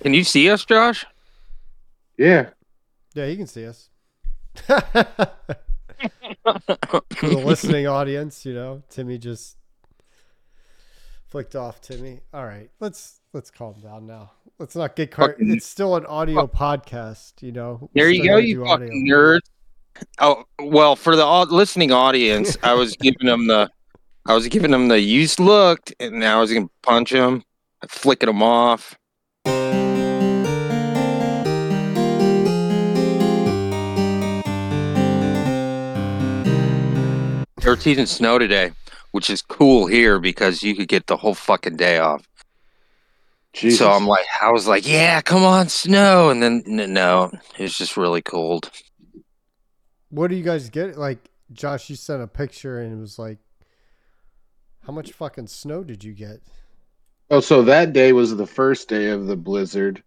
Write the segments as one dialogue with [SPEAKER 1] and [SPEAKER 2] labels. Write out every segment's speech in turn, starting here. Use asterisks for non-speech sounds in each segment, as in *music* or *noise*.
[SPEAKER 1] Can you see us, Josh?
[SPEAKER 2] Yeah.
[SPEAKER 3] Yeah, you can see us.
[SPEAKER 1] *laughs*
[SPEAKER 3] For the listening audience, you know, Timmy just flicked off Timmy. All right, let's let's calm down now. Let's not get car-
[SPEAKER 1] Fucking-
[SPEAKER 3] It's still an audio podcast, you know.
[SPEAKER 1] There
[SPEAKER 3] We're
[SPEAKER 1] you
[SPEAKER 3] still
[SPEAKER 1] go,
[SPEAKER 3] gonna
[SPEAKER 1] you
[SPEAKER 3] do
[SPEAKER 1] fucking
[SPEAKER 3] audio.
[SPEAKER 1] nerds. Oh well, for the au- listening audience, I
[SPEAKER 3] *laughs*
[SPEAKER 1] was giving them the, I was giving them the you looked, and now I was gonna punch them, flicking them off. They're teasing snow today, which is cool here because you could get the whole fucking day off.
[SPEAKER 2] Jesus.
[SPEAKER 1] So I'm like, I was like, yeah, come on, snow, and then n- no, it's just really cold.
[SPEAKER 3] What do you guys get? Like Josh, you sent a picture and it was like, how much fucking snow did you get?
[SPEAKER 2] oh, so that day was the first day of the blizzard.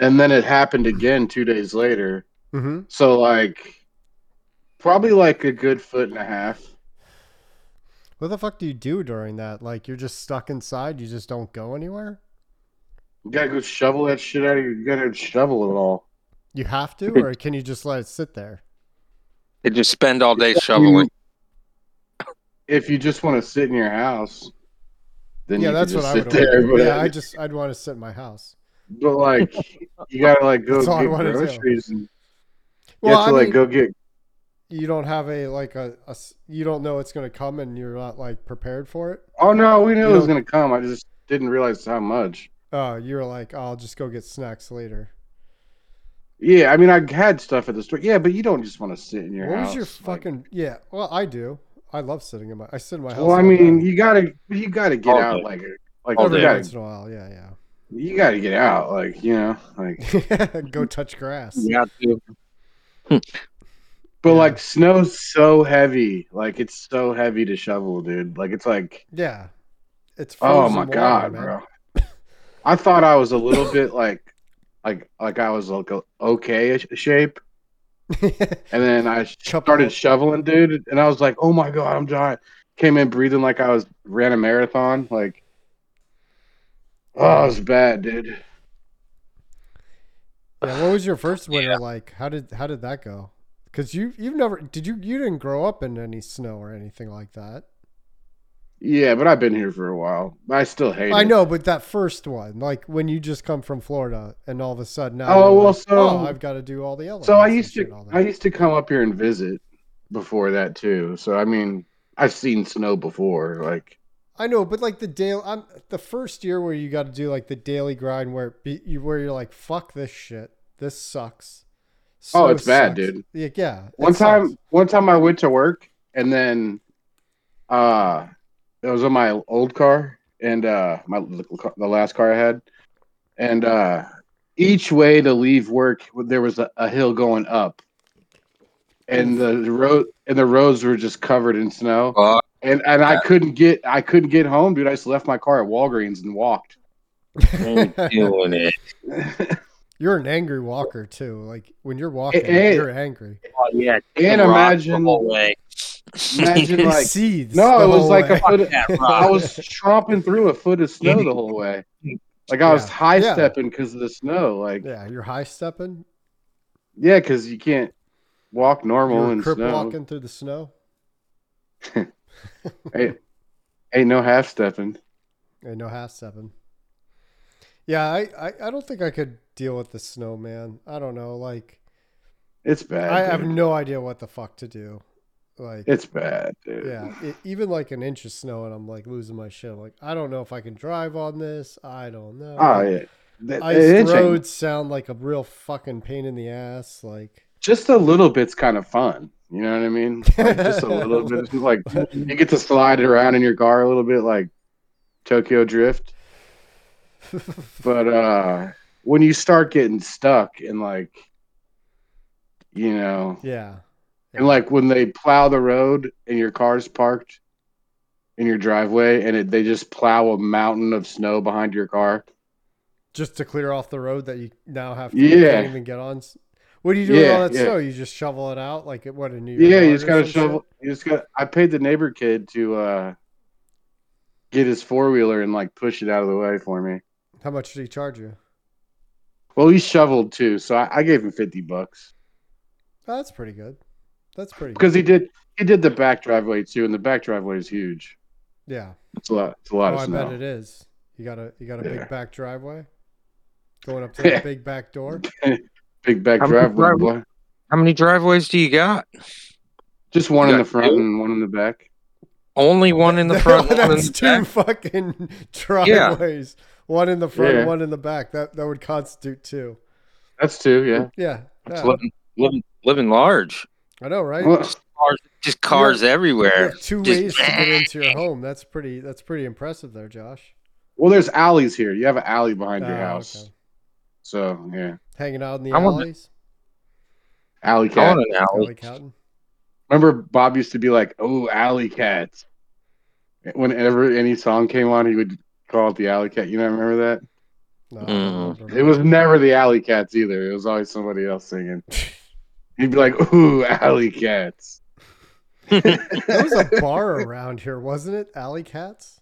[SPEAKER 2] and then it happened again two days later.
[SPEAKER 3] Mm-hmm.
[SPEAKER 2] So, like, probably like a good foot and a half.
[SPEAKER 3] What the fuck do you do during that? Like you're just stuck inside. You just don't go anywhere.
[SPEAKER 2] You gotta go shovel that shit out of you. You gotta shovel it all.
[SPEAKER 3] You have to, or can you just let it sit there?
[SPEAKER 1] They just spend all day shoveling.
[SPEAKER 2] If you just want to sit in your house, then
[SPEAKER 3] yeah,
[SPEAKER 2] you
[SPEAKER 3] that's
[SPEAKER 2] can
[SPEAKER 3] what
[SPEAKER 2] just
[SPEAKER 3] I
[SPEAKER 2] sit
[SPEAKER 3] would.
[SPEAKER 2] there. But,
[SPEAKER 3] yeah, I just I'd want to sit in my house.
[SPEAKER 2] *laughs* but like, you gotta like go
[SPEAKER 3] That's all I
[SPEAKER 2] get
[SPEAKER 3] wanna do.
[SPEAKER 2] groceries. And you
[SPEAKER 3] Well,
[SPEAKER 2] have
[SPEAKER 3] I
[SPEAKER 2] to like
[SPEAKER 3] mean,
[SPEAKER 2] go get.
[SPEAKER 3] you don't have a like a, a s- you don't know it's gonna come and you're not like prepared for it.
[SPEAKER 2] Oh no, we knew
[SPEAKER 3] You
[SPEAKER 2] it was
[SPEAKER 3] know-
[SPEAKER 2] gonna come. I just didn't realize how much.
[SPEAKER 3] Uh, you're like, I'll just go get snacks later.
[SPEAKER 2] Yeah, I mean, I had stuff at the store. Yeah, but you don't just want to sit in your
[SPEAKER 3] what
[SPEAKER 2] house.
[SPEAKER 3] was your
[SPEAKER 2] like-
[SPEAKER 3] fucking yeah? Well, I do. I love sitting in my. I sit in my house.
[SPEAKER 2] well, I
[SPEAKER 3] all day.
[SPEAKER 2] mean, you gotta you gotta get
[SPEAKER 1] All
[SPEAKER 2] out
[SPEAKER 1] day.
[SPEAKER 2] like like
[SPEAKER 1] All
[SPEAKER 2] you
[SPEAKER 1] day.
[SPEAKER 2] gotta,
[SPEAKER 3] once in a while, yeah, yeah.
[SPEAKER 2] you gotta get out like you know like.
[SPEAKER 3] *laughs* go touch grass.
[SPEAKER 1] Yeah, dude.
[SPEAKER 2] But
[SPEAKER 3] Yeah.
[SPEAKER 2] like snow's so heavy, like it's so heavy to shovel, dude. Like it's like
[SPEAKER 3] Yeah, it's
[SPEAKER 2] oh
[SPEAKER 3] frozen
[SPEAKER 2] my
[SPEAKER 3] water,
[SPEAKER 2] god,
[SPEAKER 3] man.
[SPEAKER 2] bro. I thought I was a little bit like like like I was like a- okay sh- shape,
[SPEAKER 3] *laughs*
[SPEAKER 2] and then I sh-
[SPEAKER 3] Chup-
[SPEAKER 2] started shoveling, dude, and I was like, oh my god, I'm dying. Came in breathing like I was ran a marathon, like oh, it's bad, dude.
[SPEAKER 3] yeah, what was your first winter like? How did how did that go? Because you you've never did you you didn't grow up in any snow or anything like that.
[SPEAKER 2] Yeah, but I've been here for a while. I still hate
[SPEAKER 3] I
[SPEAKER 2] it.
[SPEAKER 3] know, but that first one, like when you just come from Florida and all of a sudden now,
[SPEAKER 2] Oh,
[SPEAKER 3] you're
[SPEAKER 2] well,
[SPEAKER 3] like,
[SPEAKER 2] so-
[SPEAKER 3] oh, I've got to do all the elements.
[SPEAKER 2] So I
[SPEAKER 3] and
[SPEAKER 2] used
[SPEAKER 3] shit
[SPEAKER 2] to
[SPEAKER 3] all that.
[SPEAKER 2] I used to come up here and visit before that too. So I mean, I've seen snow before. Like
[SPEAKER 3] I know, but like the daily, I'm the first year where you got to do like the daily grind where it be, you where you're like, fuck this shit, this sucks.
[SPEAKER 2] Oh,
[SPEAKER 3] Snow
[SPEAKER 2] it's bad,
[SPEAKER 3] sucks."
[SPEAKER 2] dude.
[SPEAKER 3] Yeah, yeah. it
[SPEAKER 2] one time,
[SPEAKER 3] sucks.
[SPEAKER 2] one time I went to work and then, uh, it was on my old car and uh my the last car I had, and uh, each way to leave work there was a, a hill going up, and the road and the roads were just covered in snow.
[SPEAKER 1] Uh,
[SPEAKER 2] And and I couldn't get I couldn't get home, dude. I just left my car at Walgreens and walked.
[SPEAKER 3] *laughs*
[SPEAKER 1] I'm doing it.
[SPEAKER 3] you're an angry walker too. Like when you're walking,
[SPEAKER 2] eh.
[SPEAKER 3] you're angry.
[SPEAKER 1] Oh, yeah,
[SPEAKER 2] And
[SPEAKER 1] the rock
[SPEAKER 2] imagine-
[SPEAKER 1] the whole way. *laughs*
[SPEAKER 2] Imagine like
[SPEAKER 3] Seeds.
[SPEAKER 2] No,
[SPEAKER 3] the
[SPEAKER 2] it was
[SPEAKER 3] whole
[SPEAKER 2] like
[SPEAKER 3] way.
[SPEAKER 2] a foot.
[SPEAKER 1] That
[SPEAKER 2] I
[SPEAKER 1] rock.
[SPEAKER 2] was
[SPEAKER 3] *laughs*
[SPEAKER 2] tromping through a foot of snow the whole way. Like I was
[SPEAKER 3] Yeah.
[SPEAKER 2] high stepping because of the snow. Like
[SPEAKER 3] yeah, you're high stepping.
[SPEAKER 2] yeah, because you can't walk normal
[SPEAKER 3] You're
[SPEAKER 2] in
[SPEAKER 3] crip
[SPEAKER 2] snow.
[SPEAKER 3] walking through the snow.
[SPEAKER 2] Ain't, ain't no half stepping.
[SPEAKER 3] I know half seven. Yeah, I, I, I don't think I could deal with the snow, man. I don't know. Like,
[SPEAKER 2] It's bad.
[SPEAKER 3] I have
[SPEAKER 2] dude.
[SPEAKER 3] no idea what the fuck to do. Like,
[SPEAKER 2] It's bad, dude.
[SPEAKER 3] yeah, e- even like an inch of snow, and I'm like losing my shit. I'm like, I don't know if I can drive on this. I don't know.
[SPEAKER 2] Oh
[SPEAKER 3] Like,
[SPEAKER 2] yeah. That-
[SPEAKER 3] Ice
[SPEAKER 2] it ain't-
[SPEAKER 3] roads sound like a real fucking pain in the ass.
[SPEAKER 2] *laughs*
[SPEAKER 3] Like, *laughs*
[SPEAKER 2] just a little bit's kind of fun. You know what I mean? Like, just a little bit. It's Like you get to slide around in your car a little bit, like Tokyo Drift. but uh when you start getting stuck and like you know
[SPEAKER 3] yeah,
[SPEAKER 2] and like when they plow the road and your car's parked in your driveway and it, they just plow a mountain of snow behind your car
[SPEAKER 3] just to clear off the road that you now have to
[SPEAKER 2] Yeah.
[SPEAKER 3] can't even get on. s- What do you do with
[SPEAKER 2] Yeah,
[SPEAKER 3] all that
[SPEAKER 2] yeah.
[SPEAKER 3] snow? You just shovel it out, like it what in New York?
[SPEAKER 2] yeah you
[SPEAKER 3] Yard
[SPEAKER 2] just
[SPEAKER 3] or
[SPEAKER 2] gotta
[SPEAKER 3] some shit?
[SPEAKER 2] shovel you just got i paid the neighbor kid to uh get his four-wheeler and like push it out of the way for me
[SPEAKER 3] How much did he charge you?
[SPEAKER 2] Well, he shoveled too, so I, I gave him fifty bucks
[SPEAKER 3] Oh, that's pretty good. That's pretty good.
[SPEAKER 2] because he did he did the back driveway too, and the back driveway is huge.
[SPEAKER 3] Yeah.
[SPEAKER 2] It's a lot. It's a lot
[SPEAKER 3] Oh,
[SPEAKER 2] of
[SPEAKER 3] I
[SPEAKER 2] snow.
[SPEAKER 3] bet it is. You got a you got a
[SPEAKER 2] Yeah.
[SPEAKER 3] big back driveway going up to that big back door.
[SPEAKER 2] Big back
[SPEAKER 1] How many
[SPEAKER 2] driveway.
[SPEAKER 1] driveway-
[SPEAKER 2] boy.
[SPEAKER 1] How many driveways do you got?
[SPEAKER 2] Just one
[SPEAKER 1] You
[SPEAKER 2] in the
[SPEAKER 1] got
[SPEAKER 2] front
[SPEAKER 1] two?
[SPEAKER 2] and one in the back.
[SPEAKER 1] Only one *laughs*
[SPEAKER 3] *laughs*
[SPEAKER 1] in the front. one in
[SPEAKER 3] That's
[SPEAKER 1] the
[SPEAKER 3] two
[SPEAKER 1] back.
[SPEAKER 3] fucking *laughs* driveways. One in the front,
[SPEAKER 2] Yeah.
[SPEAKER 3] one in the back. That that would constitute two.
[SPEAKER 2] That's two. Yeah.
[SPEAKER 3] Yeah.
[SPEAKER 1] It's
[SPEAKER 3] yeah.
[SPEAKER 1] Living, living, living large.
[SPEAKER 3] I know, right?
[SPEAKER 2] Well,
[SPEAKER 1] Cars, just cars
[SPEAKER 3] You
[SPEAKER 1] everywhere.
[SPEAKER 3] have two
[SPEAKER 1] Just-
[SPEAKER 3] ways to get
[SPEAKER 1] *laughs*
[SPEAKER 3] into your home. That's pretty that's pretty impressive there, Josh.
[SPEAKER 2] well, there's alleys here. You have an alley behind your
[SPEAKER 3] Ah,
[SPEAKER 2] house,
[SPEAKER 3] okay.
[SPEAKER 2] so yeah,
[SPEAKER 3] Hanging out in the
[SPEAKER 1] I want-
[SPEAKER 3] alleys.
[SPEAKER 2] alley
[SPEAKER 1] I
[SPEAKER 2] cat.
[SPEAKER 1] want an alley.
[SPEAKER 3] Alley counting.
[SPEAKER 2] Remember, Bob used to be like, "Oh, alley cats." Whenever any song came on, he would call it the alley cat. You know, remember that?
[SPEAKER 3] No,
[SPEAKER 1] Mm.
[SPEAKER 3] I don't
[SPEAKER 2] It was never the Alley Cats either. It was always somebody else singing. He'd be like, "Ooh, Alley Cats."
[SPEAKER 3] There was a bar around here, wasn't it? Alley Cats.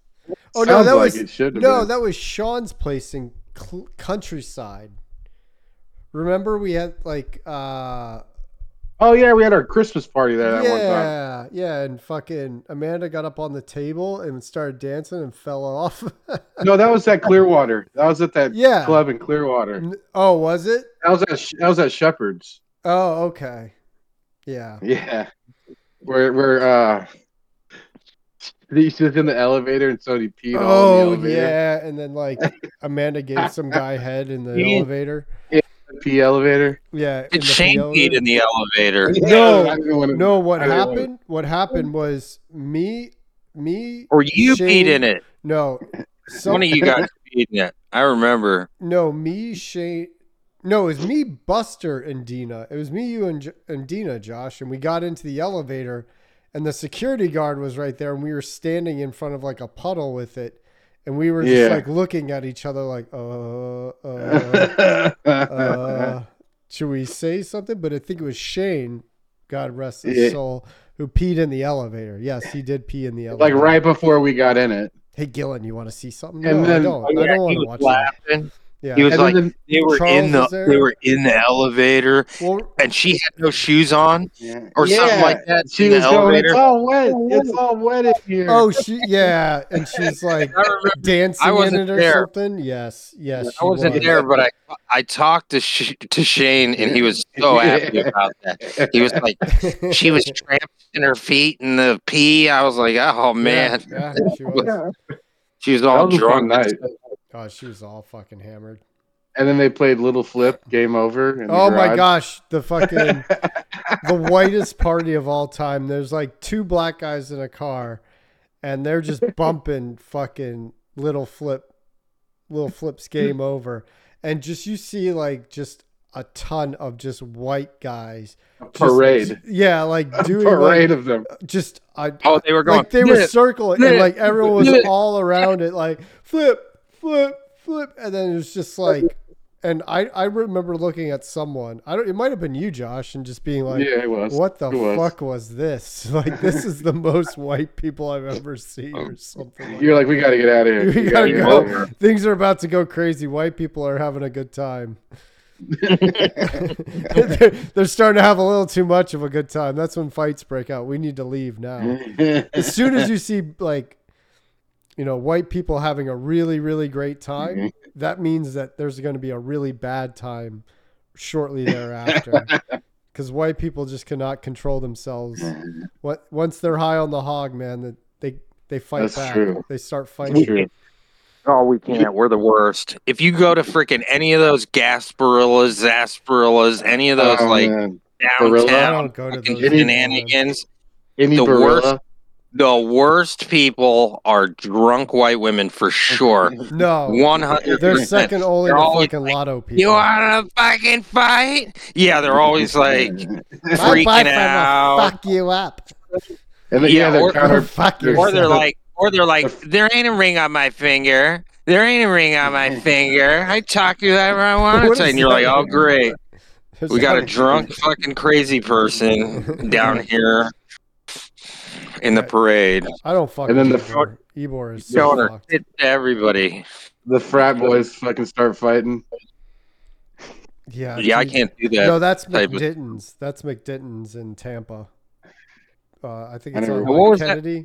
[SPEAKER 3] Oh no,
[SPEAKER 2] Sounds
[SPEAKER 3] that
[SPEAKER 2] like
[SPEAKER 3] was
[SPEAKER 2] it should have
[SPEAKER 3] no,
[SPEAKER 2] been.
[SPEAKER 3] that was Sean's place in cl- countryside. Remember, we had like uh,
[SPEAKER 2] Oh yeah, we had our Christmas party there that one time.
[SPEAKER 3] yeah, yeah, and fucking Amanda got up on the table and started dancing and fell off. *laughs*
[SPEAKER 2] No, that was at Clearwater. That was at that
[SPEAKER 3] yeah.
[SPEAKER 2] club in Clearwater.
[SPEAKER 3] N- Oh, was it?
[SPEAKER 2] That was at that was at Shepherd's.
[SPEAKER 3] Oh, okay. Yeah.
[SPEAKER 2] Yeah, where where uh, he's just in the elevator and so he peed all in
[SPEAKER 3] Oh
[SPEAKER 2] the elevator.
[SPEAKER 3] yeah, and then like Amanda gave some guy
[SPEAKER 1] *laughs*
[SPEAKER 3] head in the
[SPEAKER 1] Yeah.
[SPEAKER 3] elevator.
[SPEAKER 2] Pee elevator.
[SPEAKER 3] Yeah, in
[SPEAKER 1] Did
[SPEAKER 3] the
[SPEAKER 1] Shane
[SPEAKER 3] PO.
[SPEAKER 1] eat in the elevator?
[SPEAKER 3] No,
[SPEAKER 2] I didn't wanna-
[SPEAKER 3] No, what
[SPEAKER 2] I didn't wanna-
[SPEAKER 3] happened? What happened was me, me.
[SPEAKER 1] Or you
[SPEAKER 3] Shane-
[SPEAKER 1] peed in it?
[SPEAKER 3] No,
[SPEAKER 1] One
[SPEAKER 3] some,
[SPEAKER 1] of you guys peed in it. I remember.
[SPEAKER 3] no, me, Shane. No, it was me, Buster, and Dina. It was me, you, and J- and Dina, Josh, and we got into the elevator, and the security guard was right there, and we were standing in front of like a puddle with it, and we were just
[SPEAKER 2] Yeah.
[SPEAKER 3] like looking at each other, like, uh,
[SPEAKER 2] *laughs*
[SPEAKER 3] uh,
[SPEAKER 1] *laughs*
[SPEAKER 3] uh, should we say something? But I think it was Shane, God rest his
[SPEAKER 2] Yeah.
[SPEAKER 3] soul, who peed in the elevator. Yes, he did pee in the
[SPEAKER 2] like
[SPEAKER 3] elevator.
[SPEAKER 2] right before we got in it.
[SPEAKER 3] Hey, Gillen, you want to see something?
[SPEAKER 2] And
[SPEAKER 3] no, I
[SPEAKER 2] then-
[SPEAKER 3] don't.
[SPEAKER 1] Oh,
[SPEAKER 3] I
[SPEAKER 1] yeah,
[SPEAKER 3] don't
[SPEAKER 1] he
[SPEAKER 3] want to
[SPEAKER 1] was
[SPEAKER 3] watch that.
[SPEAKER 1] laughing.
[SPEAKER 3] Yeah.
[SPEAKER 1] He was
[SPEAKER 2] And
[SPEAKER 1] like,
[SPEAKER 2] then-
[SPEAKER 1] they were
[SPEAKER 3] Charles
[SPEAKER 1] in the
[SPEAKER 3] was there.
[SPEAKER 1] they were in the elevator,
[SPEAKER 3] well,
[SPEAKER 1] and she had no shoes on
[SPEAKER 2] Yeah.
[SPEAKER 1] or something
[SPEAKER 2] Yeah.
[SPEAKER 1] like that.
[SPEAKER 2] She
[SPEAKER 1] in the
[SPEAKER 2] was going,
[SPEAKER 1] elevator.
[SPEAKER 2] it's all wet. It's all wet in here.
[SPEAKER 3] oh, she, yeah, and she's like
[SPEAKER 1] *laughs* I remember.
[SPEAKER 3] dancing
[SPEAKER 1] I
[SPEAKER 3] in
[SPEAKER 1] wasn't
[SPEAKER 3] it or
[SPEAKER 1] there.
[SPEAKER 3] something. Yes, yes,
[SPEAKER 1] I
[SPEAKER 3] she
[SPEAKER 1] wasn't
[SPEAKER 3] was.
[SPEAKER 1] there, but
[SPEAKER 3] *laughs*
[SPEAKER 1] I *laughs* I talked to Sh- to Shane, and he was so happy
[SPEAKER 3] *laughs*
[SPEAKER 1] about that. He was like, she was tramping her feet in the pee. I was like, oh man,
[SPEAKER 3] yeah, she was.
[SPEAKER 1] she was all
[SPEAKER 2] That was a
[SPEAKER 1] drunk.
[SPEAKER 2] fun night.
[SPEAKER 3] Oh, she was all fucking hammered.
[SPEAKER 2] And then they played Little Flip, Game Over. in the
[SPEAKER 3] Oh my
[SPEAKER 2] garage.
[SPEAKER 3] gosh,
[SPEAKER 2] *laughs*
[SPEAKER 3] the fucking the whitest party of all time. There's like two black guys in a car, and they're just bumping fucking little flip, little flips game over, and just you see like just a ton of just white guys. just-
[SPEAKER 2] Parade.
[SPEAKER 3] yeah, like
[SPEAKER 2] *laughs*
[SPEAKER 3] doing like,
[SPEAKER 2] Parade of them.
[SPEAKER 3] just I
[SPEAKER 1] Oh, they were going.
[SPEAKER 3] like they were
[SPEAKER 1] "Yeah."
[SPEAKER 3] circling and
[SPEAKER 1] yeah,
[SPEAKER 3] like everyone was
[SPEAKER 1] yeah.
[SPEAKER 3] all around it like flip flip flip and then it was just like and i i remember looking at someone i don't it might have been you josh and just being like
[SPEAKER 2] yeah, it was.
[SPEAKER 3] what the
[SPEAKER 2] it was.
[SPEAKER 3] fuck was this *laughs* like this is the most white people i've ever seen or something like
[SPEAKER 2] You're like, we got to get out of here.
[SPEAKER 3] *laughs* We
[SPEAKER 2] We
[SPEAKER 3] gotta
[SPEAKER 2] gotta get
[SPEAKER 1] go.
[SPEAKER 2] out of here.
[SPEAKER 3] that. things are about to go crazy white people are having a
[SPEAKER 2] *laughs*
[SPEAKER 3] good time *laughs* they're, they're starting to have a little too much of a good time that's when fights break out we need to leave now
[SPEAKER 1] *laughs*
[SPEAKER 3] as soon as you see like you know white people having a really really great time
[SPEAKER 2] Mhm.
[SPEAKER 3] that means that there's going to be a really bad time
[SPEAKER 2] *laughs*
[SPEAKER 3] shortly thereafter because white people just cannot control themselves what once they're high on the hog man that they they fight
[SPEAKER 2] That's
[SPEAKER 3] back
[SPEAKER 2] true.
[SPEAKER 3] they start
[SPEAKER 2] That's
[SPEAKER 3] fighting
[SPEAKER 2] true.
[SPEAKER 1] Oh, we can't. We're the worst. If you go to freaking any of those Gasparillas, Zasparillas, any of those
[SPEAKER 2] Oh,
[SPEAKER 1] like
[SPEAKER 2] man. Barilla?
[SPEAKER 3] i
[SPEAKER 1] downtown
[SPEAKER 3] don't go to
[SPEAKER 1] fucking
[SPEAKER 3] those anymore, man.
[SPEAKER 1] shenanigans,
[SPEAKER 2] any
[SPEAKER 1] the
[SPEAKER 2] Barilla.
[SPEAKER 1] worst- the worst people are drunk white women for
[SPEAKER 3] *laughs*
[SPEAKER 1] sure.
[SPEAKER 3] no
[SPEAKER 1] One hundred
[SPEAKER 3] Oh, they're
[SPEAKER 1] percent.
[SPEAKER 3] second only to
[SPEAKER 1] They're always
[SPEAKER 3] fucking lotto people
[SPEAKER 1] You want to fucking fight? Yeah,
[SPEAKER 3] *laughs*
[SPEAKER 1] they're always
[SPEAKER 2] *laughs*
[SPEAKER 1] like
[SPEAKER 3] My boyfriend
[SPEAKER 1] freaking
[SPEAKER 3] will
[SPEAKER 1] out,
[SPEAKER 3] fuck you up
[SPEAKER 2] and
[SPEAKER 1] Yeah,
[SPEAKER 2] then, yeah, they're
[SPEAKER 1] or- *laughs*
[SPEAKER 2] counter.
[SPEAKER 3] fuck
[SPEAKER 2] or
[SPEAKER 1] or
[SPEAKER 3] yourself.
[SPEAKER 1] they're like, or they're like, there ain't a ring on my finger. There ain't a ring on
[SPEAKER 3] *laughs*
[SPEAKER 1] my finger. I talk to you however I want
[SPEAKER 3] What
[SPEAKER 1] to,
[SPEAKER 3] is
[SPEAKER 1] and you're
[SPEAKER 3] that?
[SPEAKER 1] like, oh great.
[SPEAKER 3] There's
[SPEAKER 1] We got a
[SPEAKER 3] something-
[SPEAKER 1] drunk fucking crazy person
[SPEAKER 3] *laughs*
[SPEAKER 1] down here in the parade.
[SPEAKER 3] I don't fuck.
[SPEAKER 2] And then the
[SPEAKER 3] Ebor. Ebor is so
[SPEAKER 1] Showing her
[SPEAKER 3] fucked.
[SPEAKER 1] tits to everybody.
[SPEAKER 2] the frat boys fucking start fighting.
[SPEAKER 3] Yeah.
[SPEAKER 1] Yeah, I
[SPEAKER 3] dude.
[SPEAKER 1] can't do that.
[SPEAKER 3] No, that's
[SPEAKER 1] type of-
[SPEAKER 3] McDitton's. That's McDitton's in Tampa. Uh, I think
[SPEAKER 2] I
[SPEAKER 3] it's
[SPEAKER 2] never-
[SPEAKER 3] on
[SPEAKER 1] What
[SPEAKER 3] like
[SPEAKER 1] was that?
[SPEAKER 3] Kennedy.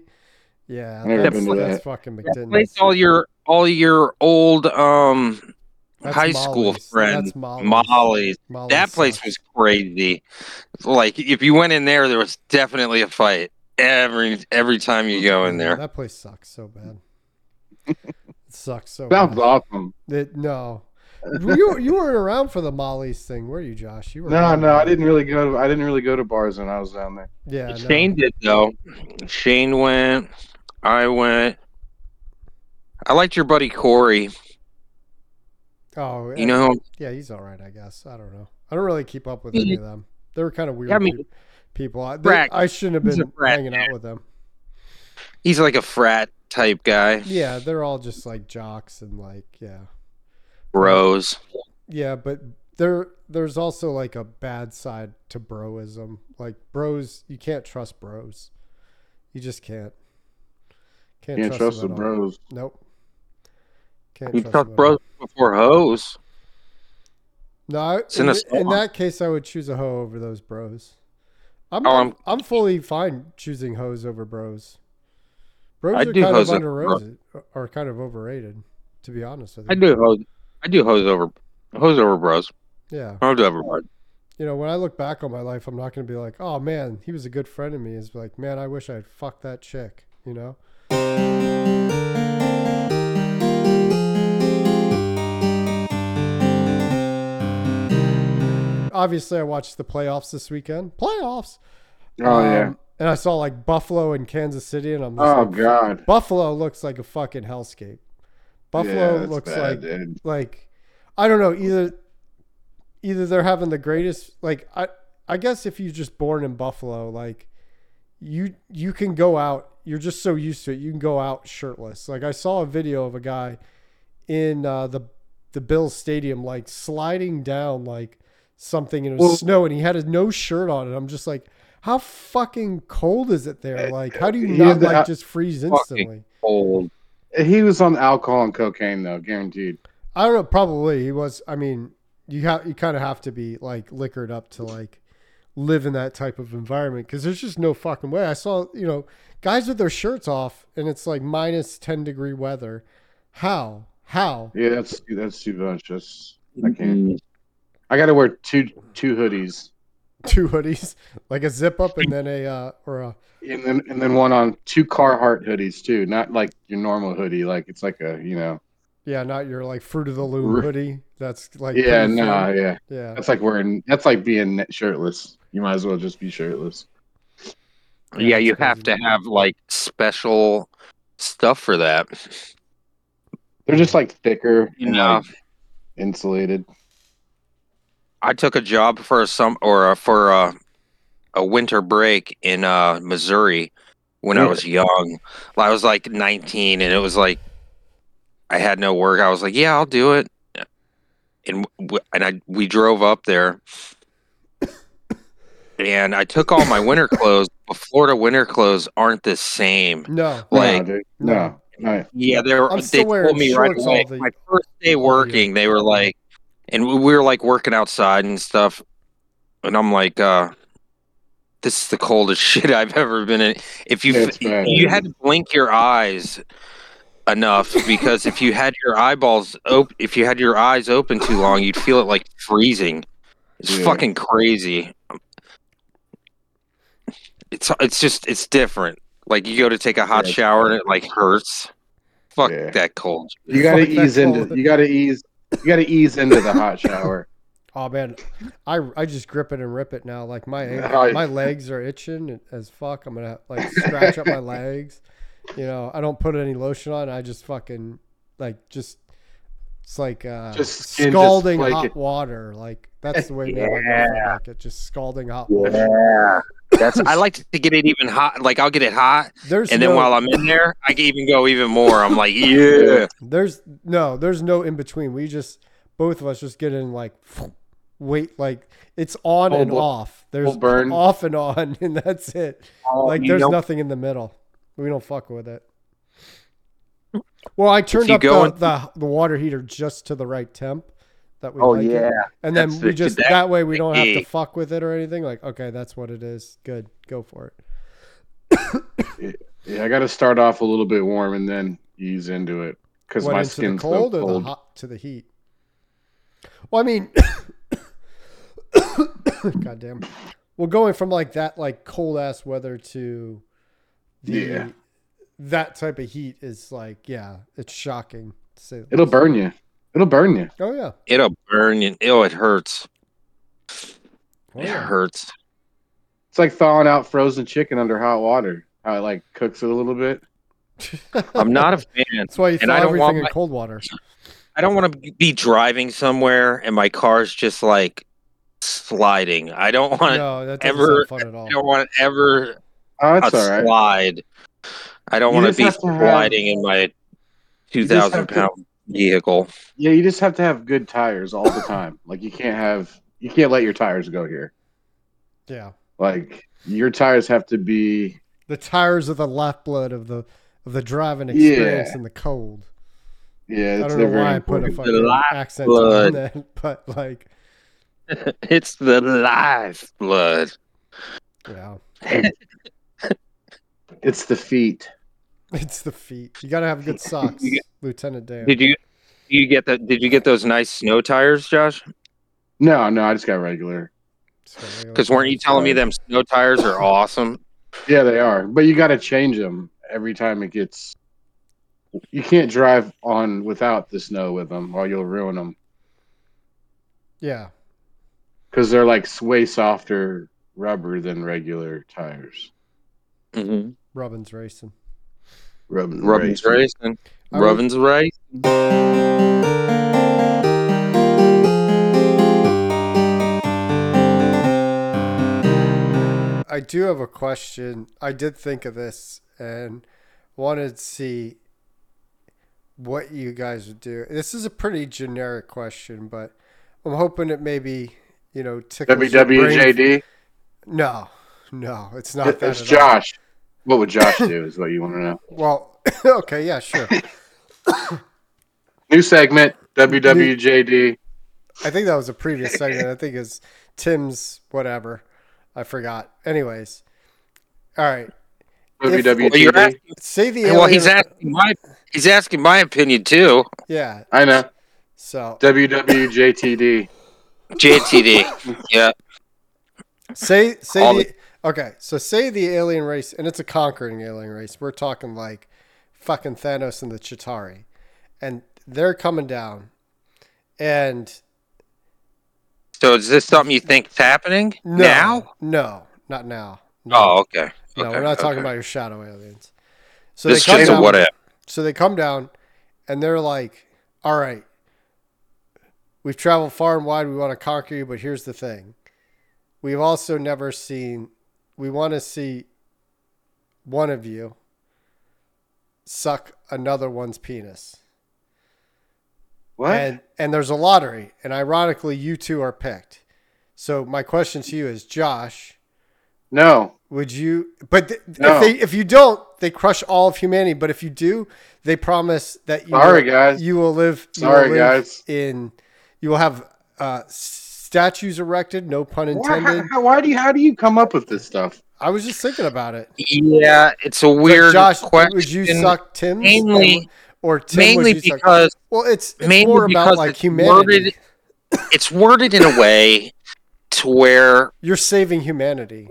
[SPEAKER 3] Yeah,
[SPEAKER 2] I never
[SPEAKER 3] that's,
[SPEAKER 1] been to
[SPEAKER 3] that's
[SPEAKER 2] that.
[SPEAKER 3] fucking
[SPEAKER 1] Place
[SPEAKER 3] McDitton's.
[SPEAKER 1] all your all your old um
[SPEAKER 3] That's
[SPEAKER 1] high school
[SPEAKER 3] Molly's.
[SPEAKER 1] friend,
[SPEAKER 3] That's Molly's.
[SPEAKER 1] Molly's.
[SPEAKER 3] Molly's
[SPEAKER 1] That place
[SPEAKER 3] sucks.
[SPEAKER 1] was crazy. Like if you went in there, there was definitely a fight every every time you go in
[SPEAKER 3] Yeah,
[SPEAKER 1] there.
[SPEAKER 3] That place sucks so bad. it sucks so
[SPEAKER 2] Sounds
[SPEAKER 3] bad.
[SPEAKER 2] awesome.
[SPEAKER 3] It- no. you you weren't around for the Molly's thing, were you, Josh? You were
[SPEAKER 2] No,
[SPEAKER 3] around
[SPEAKER 2] no,
[SPEAKER 3] when-
[SPEAKER 2] I didn't really go. To, I didn't really go to bars when I was down there.
[SPEAKER 3] Yeah, no.
[SPEAKER 1] Shane did though. Shane went. I went. I liked your buddy Corey.
[SPEAKER 3] Oh,
[SPEAKER 1] You know, who-
[SPEAKER 3] Yeah, he's all right, I guess. I don't know. I don't really keep up with any of them. They were kind of weird
[SPEAKER 1] Yeah, I mean,
[SPEAKER 3] pe- people. I, they,
[SPEAKER 1] Brack.
[SPEAKER 3] I shouldn't have
[SPEAKER 1] He's a
[SPEAKER 3] been
[SPEAKER 1] brat,
[SPEAKER 3] hanging out with them.
[SPEAKER 1] he's like a frat type guy.
[SPEAKER 3] Yeah, they're all just like jocks and like yeah,
[SPEAKER 1] Rose.
[SPEAKER 3] yeah. But there, there's also like a bad side to broism. Like bros, you can't trust bros. You just can't. Can't,
[SPEAKER 2] Can't trust the
[SPEAKER 3] them at all.
[SPEAKER 2] bros.
[SPEAKER 3] Nope. Can't
[SPEAKER 1] You
[SPEAKER 3] them
[SPEAKER 1] trust
[SPEAKER 3] at all.
[SPEAKER 1] bros before hoes.
[SPEAKER 3] No, I-
[SPEAKER 1] It's
[SPEAKER 3] in,
[SPEAKER 1] in a
[SPEAKER 3] th- in
[SPEAKER 1] song.
[SPEAKER 3] that case, I would choose a hoe over those bros. I'm,
[SPEAKER 1] Oh,
[SPEAKER 3] I'm,
[SPEAKER 1] I'm-
[SPEAKER 3] I'm fully fine choosing hoes over bros. Bros
[SPEAKER 1] I'd
[SPEAKER 3] are
[SPEAKER 1] do
[SPEAKER 3] kind of
[SPEAKER 1] hoes
[SPEAKER 3] under
[SPEAKER 1] over bros.
[SPEAKER 3] roses, are kind of overrated, to be honest with you.
[SPEAKER 1] I do hoes. I do hoes over hoes over bros.
[SPEAKER 3] Yeah,
[SPEAKER 1] Hoes over bros.
[SPEAKER 3] you know, when I look back on my life, I'm not going to be like, oh man, he was a good friend of me. It's like, man, I wish I'd fucked that chick. You know. Obviously, I watched the playoffs this weekend. Playoffs.
[SPEAKER 2] Oh
[SPEAKER 3] Um,
[SPEAKER 2] yeah.
[SPEAKER 3] And I saw like Buffalo and Kansas City, and I'm just
[SPEAKER 2] Oh
[SPEAKER 3] like,
[SPEAKER 2] god.
[SPEAKER 3] Buffalo looks like a fucking hellscape. Buffalo
[SPEAKER 2] Yeah, it's
[SPEAKER 3] looks
[SPEAKER 2] bad,
[SPEAKER 3] like
[SPEAKER 2] dude.
[SPEAKER 3] like I don't know either. Either they're having the greatest like I I guess if you're just born in Buffalo, like you you can go out. You're just so used to it. You can go out shirtless. Like I saw a video of a guy in uh, the the Bills stadium like sliding down like something and it was
[SPEAKER 2] Well-
[SPEAKER 3] snow and he had his no shirt on and I'm just like how fucking cold is it there? Like how do you
[SPEAKER 2] He
[SPEAKER 3] not
[SPEAKER 2] had the-
[SPEAKER 3] like just freeze
[SPEAKER 1] Fucking-
[SPEAKER 3] instantly?
[SPEAKER 1] Old.
[SPEAKER 2] He was on alcohol and cocaine though, guaranteed.
[SPEAKER 3] I don't know. Probably he was. I mean, you have you kind of have to be like liquored up to like live in that type of environment because there's just no fucking way. I saw you know guys with their shirts off and it's like minus ten degree weather. How? How? *laughs*
[SPEAKER 2] Yeah, that's that's too much. That's I can't. I got to wear two two hoodies
[SPEAKER 3] Two hoodies, like a zip up and then a uh, or a
[SPEAKER 2] and then and then one on two Carhartt hoodies too. Not like your normal hoodie. Like it's like a you know.
[SPEAKER 3] yeah, not your like fruit of the loom
[SPEAKER 2] Ru-
[SPEAKER 3] hoodie. That's like
[SPEAKER 2] Yeah,
[SPEAKER 3] pretty
[SPEAKER 2] no,
[SPEAKER 3] thin.
[SPEAKER 2] yeah.
[SPEAKER 3] yeah.
[SPEAKER 2] That's like wearing. That's like being shirtless. You might as well just be shirtless.
[SPEAKER 1] Yeah,
[SPEAKER 3] it's
[SPEAKER 1] you have
[SPEAKER 3] crazy.
[SPEAKER 1] to have like special stuff for that.
[SPEAKER 2] They're just like thicker
[SPEAKER 1] You
[SPEAKER 2] and
[SPEAKER 1] know.
[SPEAKER 2] like insulated.
[SPEAKER 1] I took a job for a some or a, for a a winter break in uh, Missouri when I was young. I was like 19, and it was like I had no work. I was like, "Yeah, I'll do it," and w- and I we drove up there, and I took all my winter clothes. But Florida winter clothes aren't the same.
[SPEAKER 3] No,
[SPEAKER 1] Like
[SPEAKER 2] no, dude, no, no.
[SPEAKER 1] yeah, they were.
[SPEAKER 3] I'm
[SPEAKER 1] they
[SPEAKER 3] still wearing
[SPEAKER 1] told me right
[SPEAKER 3] shorts
[SPEAKER 1] away.
[SPEAKER 3] all the-
[SPEAKER 1] My first day
[SPEAKER 3] all year.
[SPEAKER 1] working, they were like, and we we were like working outside and stuff, and I'm like, uh, this is the coldest *laughs* shit I've ever been in. If you
[SPEAKER 2] Yeah, it's bad.
[SPEAKER 1] you had to blink your eyes enough because if you had your eyeballs open, if you had your eyes open too long, you'd feel it like freezing. It's
[SPEAKER 2] Yeah.
[SPEAKER 1] fucking crazy. It's it's just it's different. Like you go to take a hot
[SPEAKER 2] Yeah.
[SPEAKER 1] shower and it like hurts. Fuck
[SPEAKER 2] Yeah.
[SPEAKER 1] that cold.
[SPEAKER 2] You gotta
[SPEAKER 3] Fuck that
[SPEAKER 2] ease into.
[SPEAKER 3] cold.
[SPEAKER 2] You gotta ease. You gotta ease into the hot shower.
[SPEAKER 3] Oh man, I I just grip it and rip it now. Like my ankle-
[SPEAKER 2] Oh, yeah.
[SPEAKER 3] my legs are itching as fuck. I'm gonna like scratch
[SPEAKER 2] *laughs*
[SPEAKER 3] up my legs. You know, I don't put any lotion on. I just fucking like just it's like uh,
[SPEAKER 2] Just skin, just
[SPEAKER 3] scalding
[SPEAKER 2] flake
[SPEAKER 3] hot
[SPEAKER 2] it.
[SPEAKER 3] water. Like that's the
[SPEAKER 2] *laughs*
[SPEAKER 3] way me and my girlfriend like it. Just scalding hot water.
[SPEAKER 1] Yeah. That's I like to get it even hot. Like I'll get it hot,
[SPEAKER 3] There's
[SPEAKER 1] and
[SPEAKER 3] no,
[SPEAKER 1] then while I'm in there, I can even go even more. I'm like, yeah,
[SPEAKER 3] there's no there's no in between. We just both of us just get in like wait like it's on
[SPEAKER 2] Full
[SPEAKER 3] and
[SPEAKER 2] bl-
[SPEAKER 3] off. There's
[SPEAKER 2] full burn.
[SPEAKER 3] off and on, *laughs* and that's it. like
[SPEAKER 1] You
[SPEAKER 3] there's
[SPEAKER 1] know,
[SPEAKER 3] nothing in the middle. We don't fuck with it. Well, I turned
[SPEAKER 1] you
[SPEAKER 3] up
[SPEAKER 1] go
[SPEAKER 3] the,
[SPEAKER 1] in-
[SPEAKER 3] the the water heater just to the right temp that we
[SPEAKER 4] Oh
[SPEAKER 3] like it.
[SPEAKER 4] yeah,
[SPEAKER 3] and then
[SPEAKER 1] That's
[SPEAKER 3] we
[SPEAKER 1] the-
[SPEAKER 3] just that,
[SPEAKER 1] that-
[SPEAKER 3] way we don't have to
[SPEAKER 1] key.
[SPEAKER 3] fuck with it or anything. Like, okay, that's what it is. Good, go for it.
[SPEAKER 2] Yeah, I got to start off a little bit warm and then ease into it because
[SPEAKER 3] Went
[SPEAKER 2] my
[SPEAKER 3] into
[SPEAKER 2] skin's
[SPEAKER 3] the cold
[SPEAKER 2] so
[SPEAKER 3] or the
[SPEAKER 2] cold.
[SPEAKER 3] hot to the heat. Well, I mean, *coughs* goddamn. Well, going from like that, like cold ass weather to the
[SPEAKER 2] Yeah.
[SPEAKER 3] that type of heat is like, yeah, it's shocking. To say the
[SPEAKER 2] It'll
[SPEAKER 3] least.
[SPEAKER 2] burn you. It'll burn you.
[SPEAKER 3] Oh yeah.
[SPEAKER 1] It'll burn you. Oh, it hurts.
[SPEAKER 3] Oh,
[SPEAKER 1] It
[SPEAKER 3] yeah.
[SPEAKER 1] hurts.
[SPEAKER 2] It's like thawing out frozen chicken under hot water. How it like cooks it a little bit.
[SPEAKER 1] *laughs*
[SPEAKER 3] *laughs*
[SPEAKER 1] I'm not a fan.
[SPEAKER 3] That's why you
[SPEAKER 1] and
[SPEAKER 3] throw
[SPEAKER 1] I don't
[SPEAKER 3] everything
[SPEAKER 1] want
[SPEAKER 3] in
[SPEAKER 1] my- *laughs*
[SPEAKER 3] cold water.
[SPEAKER 1] I don't want to be driving somewhere and my car's just like sliding. I don't want. to
[SPEAKER 3] No, that doesn't
[SPEAKER 1] ever-
[SPEAKER 3] sound fun at all.
[SPEAKER 1] I don't want to ever
[SPEAKER 2] Oh,
[SPEAKER 1] a
[SPEAKER 2] that's all right.
[SPEAKER 1] slide. I don't
[SPEAKER 2] You
[SPEAKER 1] want to
[SPEAKER 2] just
[SPEAKER 1] be
[SPEAKER 2] have to have-
[SPEAKER 1] sliding in my two
[SPEAKER 2] just have
[SPEAKER 1] thousand
[SPEAKER 2] to-
[SPEAKER 1] pound vehicle.
[SPEAKER 2] Yeah, you just have to have good tires all the time. like you can't have you can't let your tires go here.
[SPEAKER 3] Yeah,
[SPEAKER 2] Like your tires have to be
[SPEAKER 3] the tires are the lifeblood of the of the driving experience
[SPEAKER 2] Yeah.
[SPEAKER 3] in the cold.
[SPEAKER 2] yeah,
[SPEAKER 3] I
[SPEAKER 2] it's
[SPEAKER 3] don't know
[SPEAKER 2] never
[SPEAKER 3] why I put a
[SPEAKER 1] important.
[SPEAKER 3] fucking
[SPEAKER 1] The life
[SPEAKER 3] accent on
[SPEAKER 1] blood.
[SPEAKER 3] that, *laughs* but like,
[SPEAKER 1] *laughs* It's the live blood.
[SPEAKER 3] yeah,
[SPEAKER 2] it's the feet.
[SPEAKER 3] it's the feet. You gotta have
[SPEAKER 1] *laughs*
[SPEAKER 3] good socks,
[SPEAKER 1] You
[SPEAKER 3] Lieutenant Dan.
[SPEAKER 1] Did you? You get that? Did you get those nice snow tires, Josh?
[SPEAKER 2] No, no, I just got regular.
[SPEAKER 1] Because weren't you telling me them snow tires
[SPEAKER 3] *laughs*
[SPEAKER 1] are awesome?
[SPEAKER 2] Yeah, they are. But you got to change them every time it gets. You can't drive on without the snow with them, or you'll ruin them
[SPEAKER 3] Yeah,
[SPEAKER 2] because they're like way softer rubber than regular tires.
[SPEAKER 1] Mm-hmm.
[SPEAKER 3] Robin's racing.
[SPEAKER 2] Rubbing,
[SPEAKER 1] Rubbins racing.
[SPEAKER 3] I will-
[SPEAKER 1] Rubbins race.
[SPEAKER 3] I do have a question. I did think of this and wanted to see what you guys would do. This is a pretty generic question, but I'm hoping it maybe you know tickles your brain.
[SPEAKER 2] WWJD.
[SPEAKER 3] No, no, it's not that.
[SPEAKER 2] It's
[SPEAKER 3] at all.
[SPEAKER 2] Josh. What would Josh do? Is what you want to know.
[SPEAKER 3] Well, *coughs* okay, yeah, sure.
[SPEAKER 2] New segment. WWJD.
[SPEAKER 3] I think that was
[SPEAKER 1] *laughs*
[SPEAKER 3] a previous segment. I think it's Tim's whatever. I forgot. Anyways, all right.
[SPEAKER 1] Well, you're
[SPEAKER 2] WWJD.
[SPEAKER 1] asking,
[SPEAKER 3] Say the
[SPEAKER 1] well,
[SPEAKER 3] alien-
[SPEAKER 1] he's asking my he's asking my opinion too.
[SPEAKER 3] Yeah.
[SPEAKER 2] I know.
[SPEAKER 3] So
[SPEAKER 2] WWJTD.
[SPEAKER 3] *laughs*
[SPEAKER 1] JTD. yeah.
[SPEAKER 3] say say
[SPEAKER 1] All
[SPEAKER 3] the okay. So say the alien race, and it's a conquering alien race. We're talking like fucking Thanos and the Chitari, and they're coming down, and
[SPEAKER 1] So is this something you think's happening
[SPEAKER 3] no,
[SPEAKER 1] now?
[SPEAKER 3] no, not now. No,
[SPEAKER 1] Oh, okay.
[SPEAKER 3] no,
[SPEAKER 1] okay,
[SPEAKER 3] we're not
[SPEAKER 1] okay.
[SPEAKER 3] talking about your shadow aliens. So
[SPEAKER 1] This is
[SPEAKER 3] they come
[SPEAKER 1] just a
[SPEAKER 3] down-
[SPEAKER 1] what if.
[SPEAKER 3] So they come down and they're like, all right, we've traveled far and wide. We want to conquer you, but here's the thing. We've also never seen, we want to see one of you suck another one's penis.
[SPEAKER 2] What?
[SPEAKER 3] And, and there's a lottery. And ironically, you two are picked. So my question to you is, Josh,
[SPEAKER 2] no.
[SPEAKER 3] would you? But th-
[SPEAKER 2] No.
[SPEAKER 3] if they if you don't, they crush all of humanity. But if you do, they promise that you
[SPEAKER 2] Sorry,
[SPEAKER 3] will,
[SPEAKER 2] guys.
[SPEAKER 3] you will live. you
[SPEAKER 2] Sorry,
[SPEAKER 3] will live
[SPEAKER 2] guys.
[SPEAKER 3] In you will have uh, statues erected. No pun
[SPEAKER 2] Why,
[SPEAKER 3] intended.
[SPEAKER 2] how, how- why do you? How do you come up with this stuff?
[SPEAKER 3] I was just thinking about it.
[SPEAKER 1] Yeah, it's a
[SPEAKER 3] It's like,
[SPEAKER 1] weird
[SPEAKER 3] Josh,
[SPEAKER 1] question.
[SPEAKER 3] would you suck Tim's
[SPEAKER 1] mainly-
[SPEAKER 3] and- or Tim
[SPEAKER 1] mainly
[SPEAKER 3] would you suck-
[SPEAKER 1] because
[SPEAKER 3] well, it's, it's
[SPEAKER 1] mainly
[SPEAKER 3] more about
[SPEAKER 1] because
[SPEAKER 3] like
[SPEAKER 1] it's
[SPEAKER 3] humanity.
[SPEAKER 1] worded- it's worded in a way to where
[SPEAKER 3] You're saving humanity.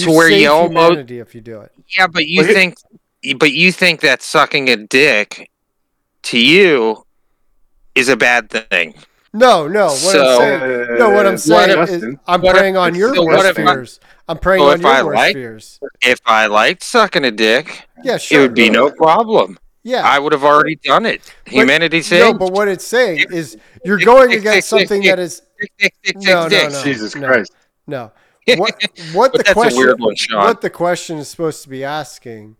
[SPEAKER 1] To where you
[SPEAKER 3] save
[SPEAKER 1] almost-
[SPEAKER 3] humanity if you do it.
[SPEAKER 1] yeah, but you
[SPEAKER 2] Well, here-
[SPEAKER 1] think but you think that sucking a dick to you is a bad thing.
[SPEAKER 3] No, no. What I'm
[SPEAKER 1] So-
[SPEAKER 3] saying
[SPEAKER 2] Oh,
[SPEAKER 3] No,
[SPEAKER 2] uh,
[SPEAKER 3] what I'm saying
[SPEAKER 2] What if-
[SPEAKER 3] is, I'm
[SPEAKER 1] what if-
[SPEAKER 3] preying on your
[SPEAKER 1] so
[SPEAKER 2] what
[SPEAKER 3] worst
[SPEAKER 2] if I-
[SPEAKER 3] fears. I'm preying
[SPEAKER 1] so
[SPEAKER 3] on
[SPEAKER 1] if
[SPEAKER 3] your
[SPEAKER 1] I
[SPEAKER 3] worst
[SPEAKER 1] like-
[SPEAKER 3] fears.
[SPEAKER 1] If I liked sucking a dick,
[SPEAKER 3] Yeah, sure.
[SPEAKER 1] it would be no problem.
[SPEAKER 3] yeah.
[SPEAKER 1] I would have already done it. Humanity
[SPEAKER 3] no,
[SPEAKER 1] saved.
[SPEAKER 3] but what it's saying is you're
[SPEAKER 1] Dick,
[SPEAKER 3] going
[SPEAKER 1] dick,
[SPEAKER 3] against
[SPEAKER 1] dick, dick,
[SPEAKER 3] something that is
[SPEAKER 1] Dick, dick, dick, dick,
[SPEAKER 3] No, no,
[SPEAKER 1] dick.
[SPEAKER 3] no.
[SPEAKER 2] Jesus Christ.
[SPEAKER 3] no. What
[SPEAKER 1] *laughs*
[SPEAKER 3] what
[SPEAKER 1] But
[SPEAKER 3] the
[SPEAKER 1] that's
[SPEAKER 3] question
[SPEAKER 1] a weird one, Sean.
[SPEAKER 3] what the question is supposed to be asking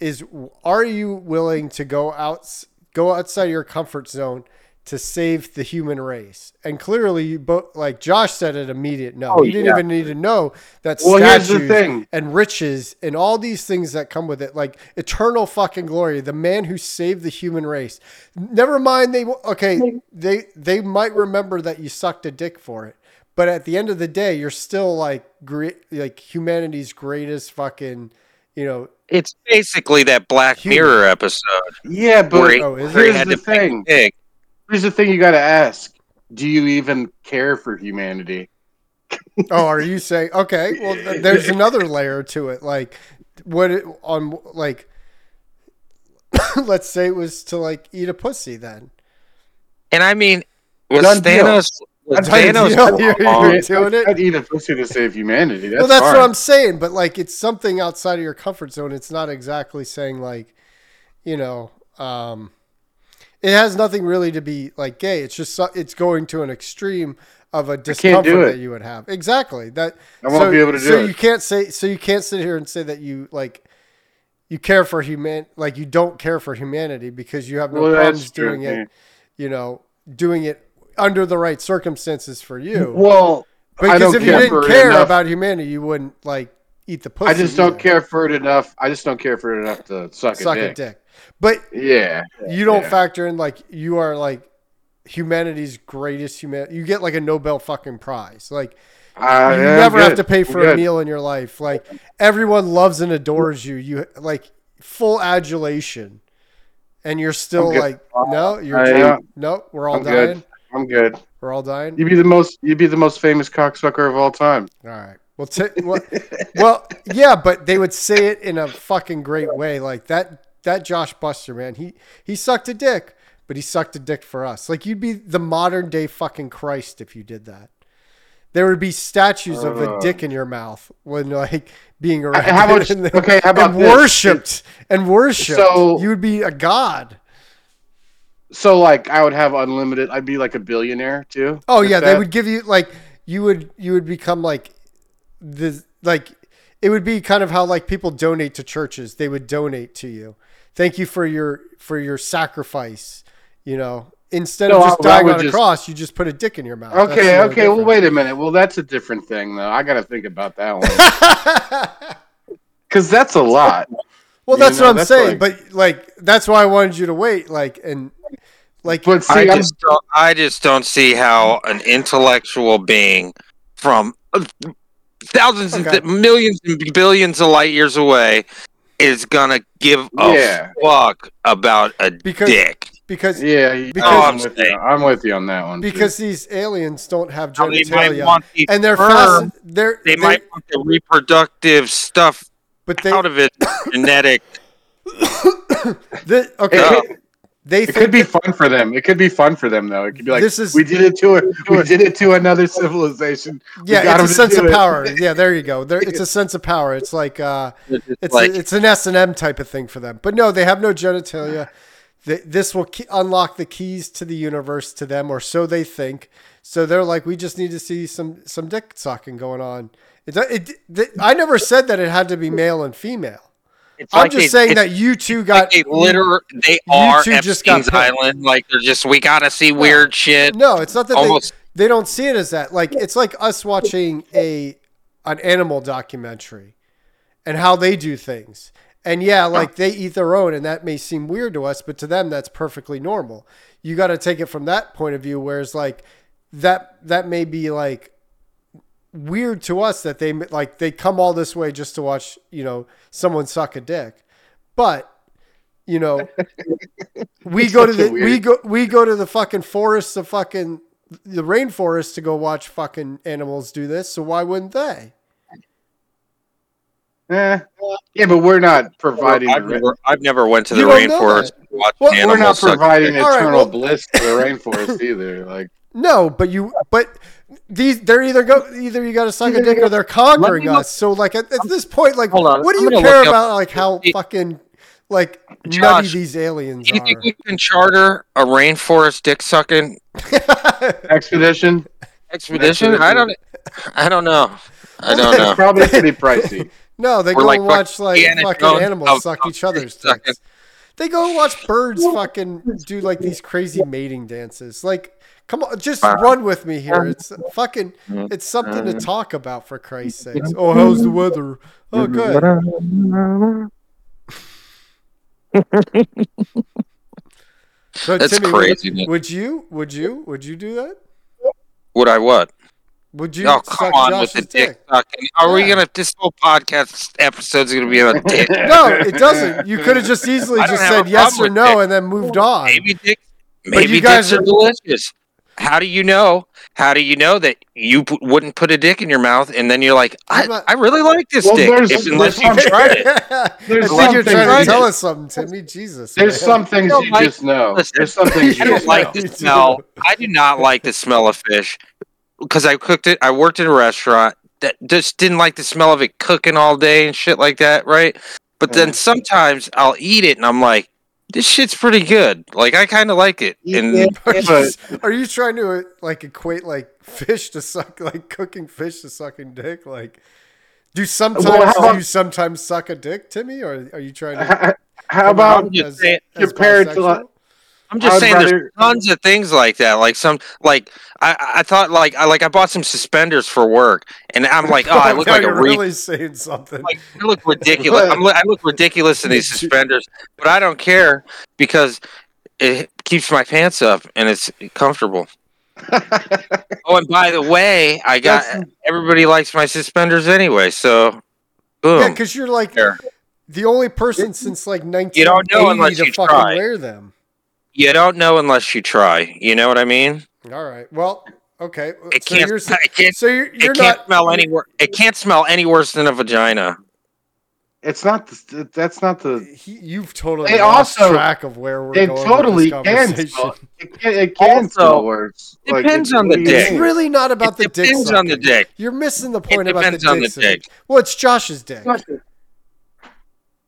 [SPEAKER 3] is are you willing to go out go outside your comfort zone to save the human race. And clearly, you both like Josh said it immediate no.
[SPEAKER 2] Oh,
[SPEAKER 3] he didn't
[SPEAKER 2] yeah.
[SPEAKER 3] even need to know that
[SPEAKER 2] Well, here's the
[SPEAKER 3] statues
[SPEAKER 2] thing.
[SPEAKER 3] and riches and all these things that come with it, like eternal fucking glory. The man who saved the human race. Never mind. They okay. They they might remember that you sucked a dick for it, but at the end of the day, you're still like great, like humanity's greatest fucking. You know,
[SPEAKER 1] It's basically that Black
[SPEAKER 3] Human.
[SPEAKER 1] Mirror episode where
[SPEAKER 2] Yeah, but
[SPEAKER 1] he,
[SPEAKER 3] oh, is
[SPEAKER 1] where he
[SPEAKER 3] it?
[SPEAKER 2] here's
[SPEAKER 1] had
[SPEAKER 2] the
[SPEAKER 1] to pick
[SPEAKER 2] thing.
[SPEAKER 1] a pig.
[SPEAKER 2] Here's the thing you got to ask: Do you even care for humanity?
[SPEAKER 3] Oh, are you saying okay? Well, th- there's another layer to it. Like, what it, on like? *coughs* let's say it was to like eat a pussy. Then
[SPEAKER 1] And I mean, was
[SPEAKER 2] Done deal.
[SPEAKER 1] Thanos? Was
[SPEAKER 2] Done *laughs*
[SPEAKER 1] Thanos
[SPEAKER 3] deal. *laughs* You're-
[SPEAKER 1] wrong?
[SPEAKER 3] you're doing it.
[SPEAKER 2] I'd eat a pussy to save humanity. That's
[SPEAKER 3] well, that's what
[SPEAKER 2] fine.
[SPEAKER 3] I'm saying. But like, it's something outside of your comfort zone. It's not exactly saying like, you know, um, it has nothing really to be like gay. It's just so- it's going to an extreme of a
[SPEAKER 2] can't do
[SPEAKER 3] discomfort
[SPEAKER 2] it.
[SPEAKER 3] that you would have. Exactly that.
[SPEAKER 2] I won't
[SPEAKER 3] so,
[SPEAKER 2] be able to do
[SPEAKER 3] so
[SPEAKER 2] it.
[SPEAKER 3] you can't say so you can't sit here and say that you like you care for human like you don't care for humanity because you have no
[SPEAKER 2] Well, that's
[SPEAKER 3] problems
[SPEAKER 2] true,
[SPEAKER 3] doing
[SPEAKER 2] yeah.
[SPEAKER 3] it, you know, doing it under the right circumstances for you.
[SPEAKER 2] Well, I
[SPEAKER 3] because
[SPEAKER 2] don't
[SPEAKER 3] if you
[SPEAKER 2] care
[SPEAKER 3] didn't
[SPEAKER 2] for it
[SPEAKER 3] care
[SPEAKER 2] enough.
[SPEAKER 3] about humanity, you wouldn't like eat the pussy.
[SPEAKER 2] I just don't
[SPEAKER 3] either.
[SPEAKER 2] care for it enough. I just don't care for it enough to suck,
[SPEAKER 3] Suck
[SPEAKER 2] a
[SPEAKER 3] a
[SPEAKER 2] dick.
[SPEAKER 3] dick. But
[SPEAKER 2] Yeah,
[SPEAKER 3] you don't
[SPEAKER 2] Yeah.
[SPEAKER 3] factor in like you are like humanity's greatest human you get like a Nobel fucking prize. Like
[SPEAKER 2] I,
[SPEAKER 3] you
[SPEAKER 2] yeah, I'm
[SPEAKER 3] never have
[SPEAKER 2] good.
[SPEAKER 3] to pay
[SPEAKER 2] I'm
[SPEAKER 3] for a
[SPEAKER 2] good.
[SPEAKER 3] meal in your life. Like everyone loves and adores you. You like full adulation, and you're still
[SPEAKER 2] I'm good.
[SPEAKER 3] like, no, you're
[SPEAKER 2] I,
[SPEAKER 3] dying.
[SPEAKER 2] uh,
[SPEAKER 3] no, we're all
[SPEAKER 2] I'm
[SPEAKER 3] dying.
[SPEAKER 2] good. I'm good.
[SPEAKER 3] We're all dying.
[SPEAKER 2] You'd be the most. You'd be the most famous cocksucker of all time.
[SPEAKER 3] All right. Well, t- well, well, yeah, but they would say it in a fucking great way, like that. That Josh Buster man, he he sucked a dick, but he sucked a dick for us. Like you'd be the modern day fucking Christ if you did that. There would be statues of a
[SPEAKER 2] Uh.
[SPEAKER 3] dick in your mouth when like being around.
[SPEAKER 2] how much- okay, how about
[SPEAKER 3] *laughs* and
[SPEAKER 2] this?
[SPEAKER 3] worshipped and worshipped?
[SPEAKER 2] So-
[SPEAKER 3] you would be a god.
[SPEAKER 2] So like, I would have unlimited. I'd be like a billionaire too.
[SPEAKER 3] Oh
[SPEAKER 2] with
[SPEAKER 3] yeah,
[SPEAKER 2] that.
[SPEAKER 3] they would give you like you would you would become like the like it would be kind of how like people donate to churches. They would donate to you. Thank you for your for your sacrifice. You know, instead
[SPEAKER 2] No,
[SPEAKER 3] of
[SPEAKER 2] I-
[SPEAKER 3] just
[SPEAKER 2] I
[SPEAKER 3] dying
[SPEAKER 2] would
[SPEAKER 3] on a
[SPEAKER 2] just-
[SPEAKER 3] cross, you just put a dick in your mouth. That's
[SPEAKER 2] *laughs* Okay,
[SPEAKER 3] the only
[SPEAKER 2] okay. Well,
[SPEAKER 3] difference.
[SPEAKER 2] wait a minute. Well, that's a different thing though. I got to think about that one because that's a lot.
[SPEAKER 3] *laughs* well,
[SPEAKER 2] You
[SPEAKER 3] that's
[SPEAKER 2] know,
[SPEAKER 3] what I'm
[SPEAKER 2] that's
[SPEAKER 3] saying. but like that's why I wanted you to wait. Like and like
[SPEAKER 2] But see,
[SPEAKER 1] I
[SPEAKER 2] I'm-
[SPEAKER 1] just don't, I just don't see how an intellectual being from uh, thousands and
[SPEAKER 3] Okay.
[SPEAKER 1] th- millions and billions of light years away is gonna give a
[SPEAKER 2] Yeah.
[SPEAKER 1] fuck about a
[SPEAKER 3] Because-
[SPEAKER 1] dick.
[SPEAKER 3] because
[SPEAKER 2] yeah, you-
[SPEAKER 3] Because-
[SPEAKER 1] Oh,
[SPEAKER 2] I'm,
[SPEAKER 1] I'm
[SPEAKER 2] with you.
[SPEAKER 1] saying.
[SPEAKER 2] I'm with you on that one. too.
[SPEAKER 3] because these aliens don't have
[SPEAKER 1] Now, They might
[SPEAKER 3] genitalia.
[SPEAKER 1] want the
[SPEAKER 3] and they're
[SPEAKER 1] sperm,
[SPEAKER 3] fascin- they're
[SPEAKER 1] they might want the reproductive stuff
[SPEAKER 3] but they
[SPEAKER 1] out of it,
[SPEAKER 3] *coughs*
[SPEAKER 1] genetic.
[SPEAKER 3] the, okay
[SPEAKER 1] Yeah.
[SPEAKER 3] they
[SPEAKER 2] It
[SPEAKER 3] think
[SPEAKER 2] could be fun for them. It could be fun for them, though. It could be like
[SPEAKER 3] This is-
[SPEAKER 2] we did it to a,
[SPEAKER 3] *laughs*
[SPEAKER 2] we did it to another civilization. We
[SPEAKER 3] yeah
[SPEAKER 2] got
[SPEAKER 3] it's a
[SPEAKER 2] 'em to
[SPEAKER 3] sense
[SPEAKER 2] do
[SPEAKER 3] of
[SPEAKER 2] it.
[SPEAKER 3] power yeah there you
[SPEAKER 1] *laughs*
[SPEAKER 3] go there, it's a sense of power it's like uh it's
[SPEAKER 1] like,
[SPEAKER 3] it's an S and M type of thing for them but no they have no genitalia Th- this will key- unlock the keys to the universe to them or so they think so they're like we just need to see some some dick sucking going on it, it, th- I never said that it had to be male and female
[SPEAKER 1] it's
[SPEAKER 3] I'm
[SPEAKER 1] like
[SPEAKER 3] just
[SPEAKER 1] they-
[SPEAKER 3] saying
[SPEAKER 1] it's
[SPEAKER 3] that you two
[SPEAKER 1] like
[SPEAKER 3] got
[SPEAKER 1] they literally they
[SPEAKER 3] You
[SPEAKER 1] are
[SPEAKER 3] two just got
[SPEAKER 1] Epstein's
[SPEAKER 3] paid.
[SPEAKER 1] Island. Like they're just we gotta see weird shit.
[SPEAKER 3] No, it's not that
[SPEAKER 1] Almost-
[SPEAKER 3] they they don't see it as that. Like it's like us watching a an animal documentary and how they do things. And yeah, like they eat their own and that may seem weird to us, but to them that's perfectly normal. You got to take it from that point of view whereas like that that may be like weird to us that they like they come all this way just to watch, you know, someone suck a dick. But you know,
[SPEAKER 1] *laughs*
[SPEAKER 3] we
[SPEAKER 2] It's
[SPEAKER 3] go to
[SPEAKER 2] such a
[SPEAKER 3] the we
[SPEAKER 2] weird-
[SPEAKER 3] go we go to the fucking forests of fucking the rainforest to go watch fucking animals do this. So why wouldn't they?
[SPEAKER 2] Eh. Yeah, but we're not providing.
[SPEAKER 1] I've
[SPEAKER 2] the re-
[SPEAKER 1] never, I've never went to the
[SPEAKER 3] You don't know
[SPEAKER 1] rainforest
[SPEAKER 3] that.
[SPEAKER 1] to watch
[SPEAKER 3] Well, we're
[SPEAKER 2] we're
[SPEAKER 1] animals
[SPEAKER 2] not
[SPEAKER 1] suck
[SPEAKER 2] providing
[SPEAKER 3] All right,
[SPEAKER 2] eternal
[SPEAKER 3] well-
[SPEAKER 2] bliss to the
[SPEAKER 1] *laughs*
[SPEAKER 2] rainforest either. Like
[SPEAKER 3] No, but you but these they're either go either you got to suck a dick or they're
[SPEAKER 1] Let
[SPEAKER 3] conquering
[SPEAKER 1] me look-
[SPEAKER 3] us. So like at, at this point, like
[SPEAKER 1] Hold on,
[SPEAKER 3] what do
[SPEAKER 1] I'm
[SPEAKER 3] you
[SPEAKER 1] gonna
[SPEAKER 3] care
[SPEAKER 1] look up-
[SPEAKER 3] about? Like how
[SPEAKER 1] It-
[SPEAKER 3] fucking like nutty
[SPEAKER 1] Josh,
[SPEAKER 3] these aliens
[SPEAKER 1] Do you think we
[SPEAKER 3] are.
[SPEAKER 1] can charter a rainforest dick sucking
[SPEAKER 3] *laughs*
[SPEAKER 2] expedition.
[SPEAKER 1] expedition? I don't, I don't know. I don't
[SPEAKER 2] It's
[SPEAKER 1] know.
[SPEAKER 2] probably pretty pricey.
[SPEAKER 3] no, they
[SPEAKER 1] We're
[SPEAKER 3] go
[SPEAKER 1] like
[SPEAKER 3] and watch like
[SPEAKER 1] Indiana
[SPEAKER 3] fucking
[SPEAKER 1] Jones
[SPEAKER 3] animals
[SPEAKER 1] of-
[SPEAKER 3] suck
[SPEAKER 1] of
[SPEAKER 3] each other's
[SPEAKER 1] sucking.
[SPEAKER 3] dicks. They go and watch birds fucking do like these crazy mating dances. Like, come on, just
[SPEAKER 1] Uh,
[SPEAKER 3] run with me here.
[SPEAKER 1] um,
[SPEAKER 3] It's fucking, it's something to talk about for Christ's sakes. Oh, how's the weather? Oh, good. So,
[SPEAKER 1] That's
[SPEAKER 3] Timmy, would-
[SPEAKER 1] crazy. man.
[SPEAKER 3] Would you? Would you? Would you do that?
[SPEAKER 1] Would I what?
[SPEAKER 3] Would you?
[SPEAKER 1] Oh, come
[SPEAKER 3] suck
[SPEAKER 1] on
[SPEAKER 3] Josh's
[SPEAKER 1] with the dick, sucking. Are we
[SPEAKER 3] Yeah.
[SPEAKER 1] gonna? This whole podcast episode's gonna be about dick.
[SPEAKER 3] No, it doesn't. You could have just easily
[SPEAKER 1] I don't
[SPEAKER 3] just
[SPEAKER 1] have
[SPEAKER 3] said
[SPEAKER 1] a
[SPEAKER 3] yes
[SPEAKER 1] problem
[SPEAKER 3] or
[SPEAKER 1] with
[SPEAKER 3] no
[SPEAKER 1] dick.
[SPEAKER 3] and then moved on.
[SPEAKER 1] Maybe dick.
[SPEAKER 3] Um, But you
[SPEAKER 1] Maybe
[SPEAKER 3] guys
[SPEAKER 1] dicks are delicious. How do you know? How do you know that you p- wouldn't put a dick in your mouth and then you're like, I,
[SPEAKER 3] I'm not-
[SPEAKER 1] I really like this
[SPEAKER 2] Well,
[SPEAKER 1] dick,
[SPEAKER 2] there's-
[SPEAKER 1] if, unless you
[SPEAKER 2] there's-
[SPEAKER 1] tried
[SPEAKER 3] *laughs*
[SPEAKER 2] *laughs*
[SPEAKER 1] it.
[SPEAKER 3] I
[SPEAKER 2] There's
[SPEAKER 3] think
[SPEAKER 2] something-
[SPEAKER 3] you're trying to
[SPEAKER 1] Right.
[SPEAKER 3] tell us something, Timmy. Jesus.
[SPEAKER 2] *laughs* There's
[SPEAKER 3] man.
[SPEAKER 2] some things
[SPEAKER 1] don't
[SPEAKER 2] you
[SPEAKER 1] like-
[SPEAKER 2] just know.
[SPEAKER 1] listen,
[SPEAKER 2] There's some things
[SPEAKER 1] I
[SPEAKER 2] you
[SPEAKER 1] don't
[SPEAKER 2] just know.
[SPEAKER 1] like the smell. I do not like the smell of fish because I cooked it. I worked in a restaurant that just didn't like the smell of it cooking all day and shit like that, right? But then
[SPEAKER 3] Mm.
[SPEAKER 2] Mhm.
[SPEAKER 1] sometimes I'll eat it and I'm like, this shit's pretty good. Like I kind of like it. And
[SPEAKER 2] Yeah.
[SPEAKER 3] Are you,
[SPEAKER 2] But-
[SPEAKER 3] are you trying to uh, like equate like fish to suck like cooking fish to sucking dick? Like, do sometimes
[SPEAKER 2] how
[SPEAKER 3] do
[SPEAKER 2] about-
[SPEAKER 3] you sometimes suck a dick, Timmy, or are you trying to?
[SPEAKER 2] How- *laughs* How
[SPEAKER 3] come out
[SPEAKER 2] about
[SPEAKER 1] I'm just
[SPEAKER 3] as-
[SPEAKER 1] saying-
[SPEAKER 3] as
[SPEAKER 2] compared to, like-
[SPEAKER 3] bisexual?
[SPEAKER 1] I'm just
[SPEAKER 2] I'd
[SPEAKER 1] saying, there's
[SPEAKER 2] rather-
[SPEAKER 1] tons of things like that. Like some, like I, I thought, like I like I bought some suspenders for work, and
[SPEAKER 3] *laughs*
[SPEAKER 1] I'm like, oh, I look
[SPEAKER 3] Now
[SPEAKER 1] like a
[SPEAKER 3] you're
[SPEAKER 1] re-
[SPEAKER 3] really saying something.
[SPEAKER 1] like I look ridiculous.
[SPEAKER 3] *laughs*
[SPEAKER 1] I'm li- I look ridiculous in these suspenders, but I don't care because it keeps my pants up and it's comfortable. Oh, and by the way, I got everybody likes my suspenders anyway, so
[SPEAKER 3] yeah,
[SPEAKER 1] boom.
[SPEAKER 3] because you're like
[SPEAKER 1] There.
[SPEAKER 3] the only person since like 1980
[SPEAKER 1] don't know unless
[SPEAKER 3] to
[SPEAKER 1] you
[SPEAKER 3] fucking
[SPEAKER 1] try.
[SPEAKER 3] wear them.
[SPEAKER 1] You don't know unless you try. You know what I mean?
[SPEAKER 3] All right. Well, okay. Uh,
[SPEAKER 1] It
[SPEAKER 3] so
[SPEAKER 1] can't.
[SPEAKER 3] you're
[SPEAKER 1] *laughs*
[SPEAKER 3] s-
[SPEAKER 1] It can't.
[SPEAKER 3] so you're, you're
[SPEAKER 1] It can't
[SPEAKER 3] not
[SPEAKER 1] smell any wor- It can't smell any worse than a vagina.
[SPEAKER 2] It's not. The, that's not the.
[SPEAKER 3] he, you've totally
[SPEAKER 2] They
[SPEAKER 3] lost
[SPEAKER 2] also-
[SPEAKER 3] track of where we're
[SPEAKER 2] It
[SPEAKER 3] going.
[SPEAKER 2] totally
[SPEAKER 3] with
[SPEAKER 2] can.
[SPEAKER 3] this
[SPEAKER 2] Smell,
[SPEAKER 3] conversation.
[SPEAKER 2] it can. It can
[SPEAKER 1] Also,
[SPEAKER 2] smell worse.
[SPEAKER 1] depends
[SPEAKER 2] it's-
[SPEAKER 1] on the
[SPEAKER 2] what do you
[SPEAKER 1] dick.
[SPEAKER 2] *laughs*
[SPEAKER 3] It's
[SPEAKER 2] mean?
[SPEAKER 3] really not about the
[SPEAKER 1] it
[SPEAKER 3] dick.
[SPEAKER 1] depends on the
[SPEAKER 3] sucking.
[SPEAKER 1] dick.
[SPEAKER 3] You're missing the
[SPEAKER 1] It
[SPEAKER 3] point about the
[SPEAKER 1] depends
[SPEAKER 3] dick.
[SPEAKER 1] on the
[SPEAKER 3] sucking.
[SPEAKER 1] dick.
[SPEAKER 3] Well, it's Josh's dick.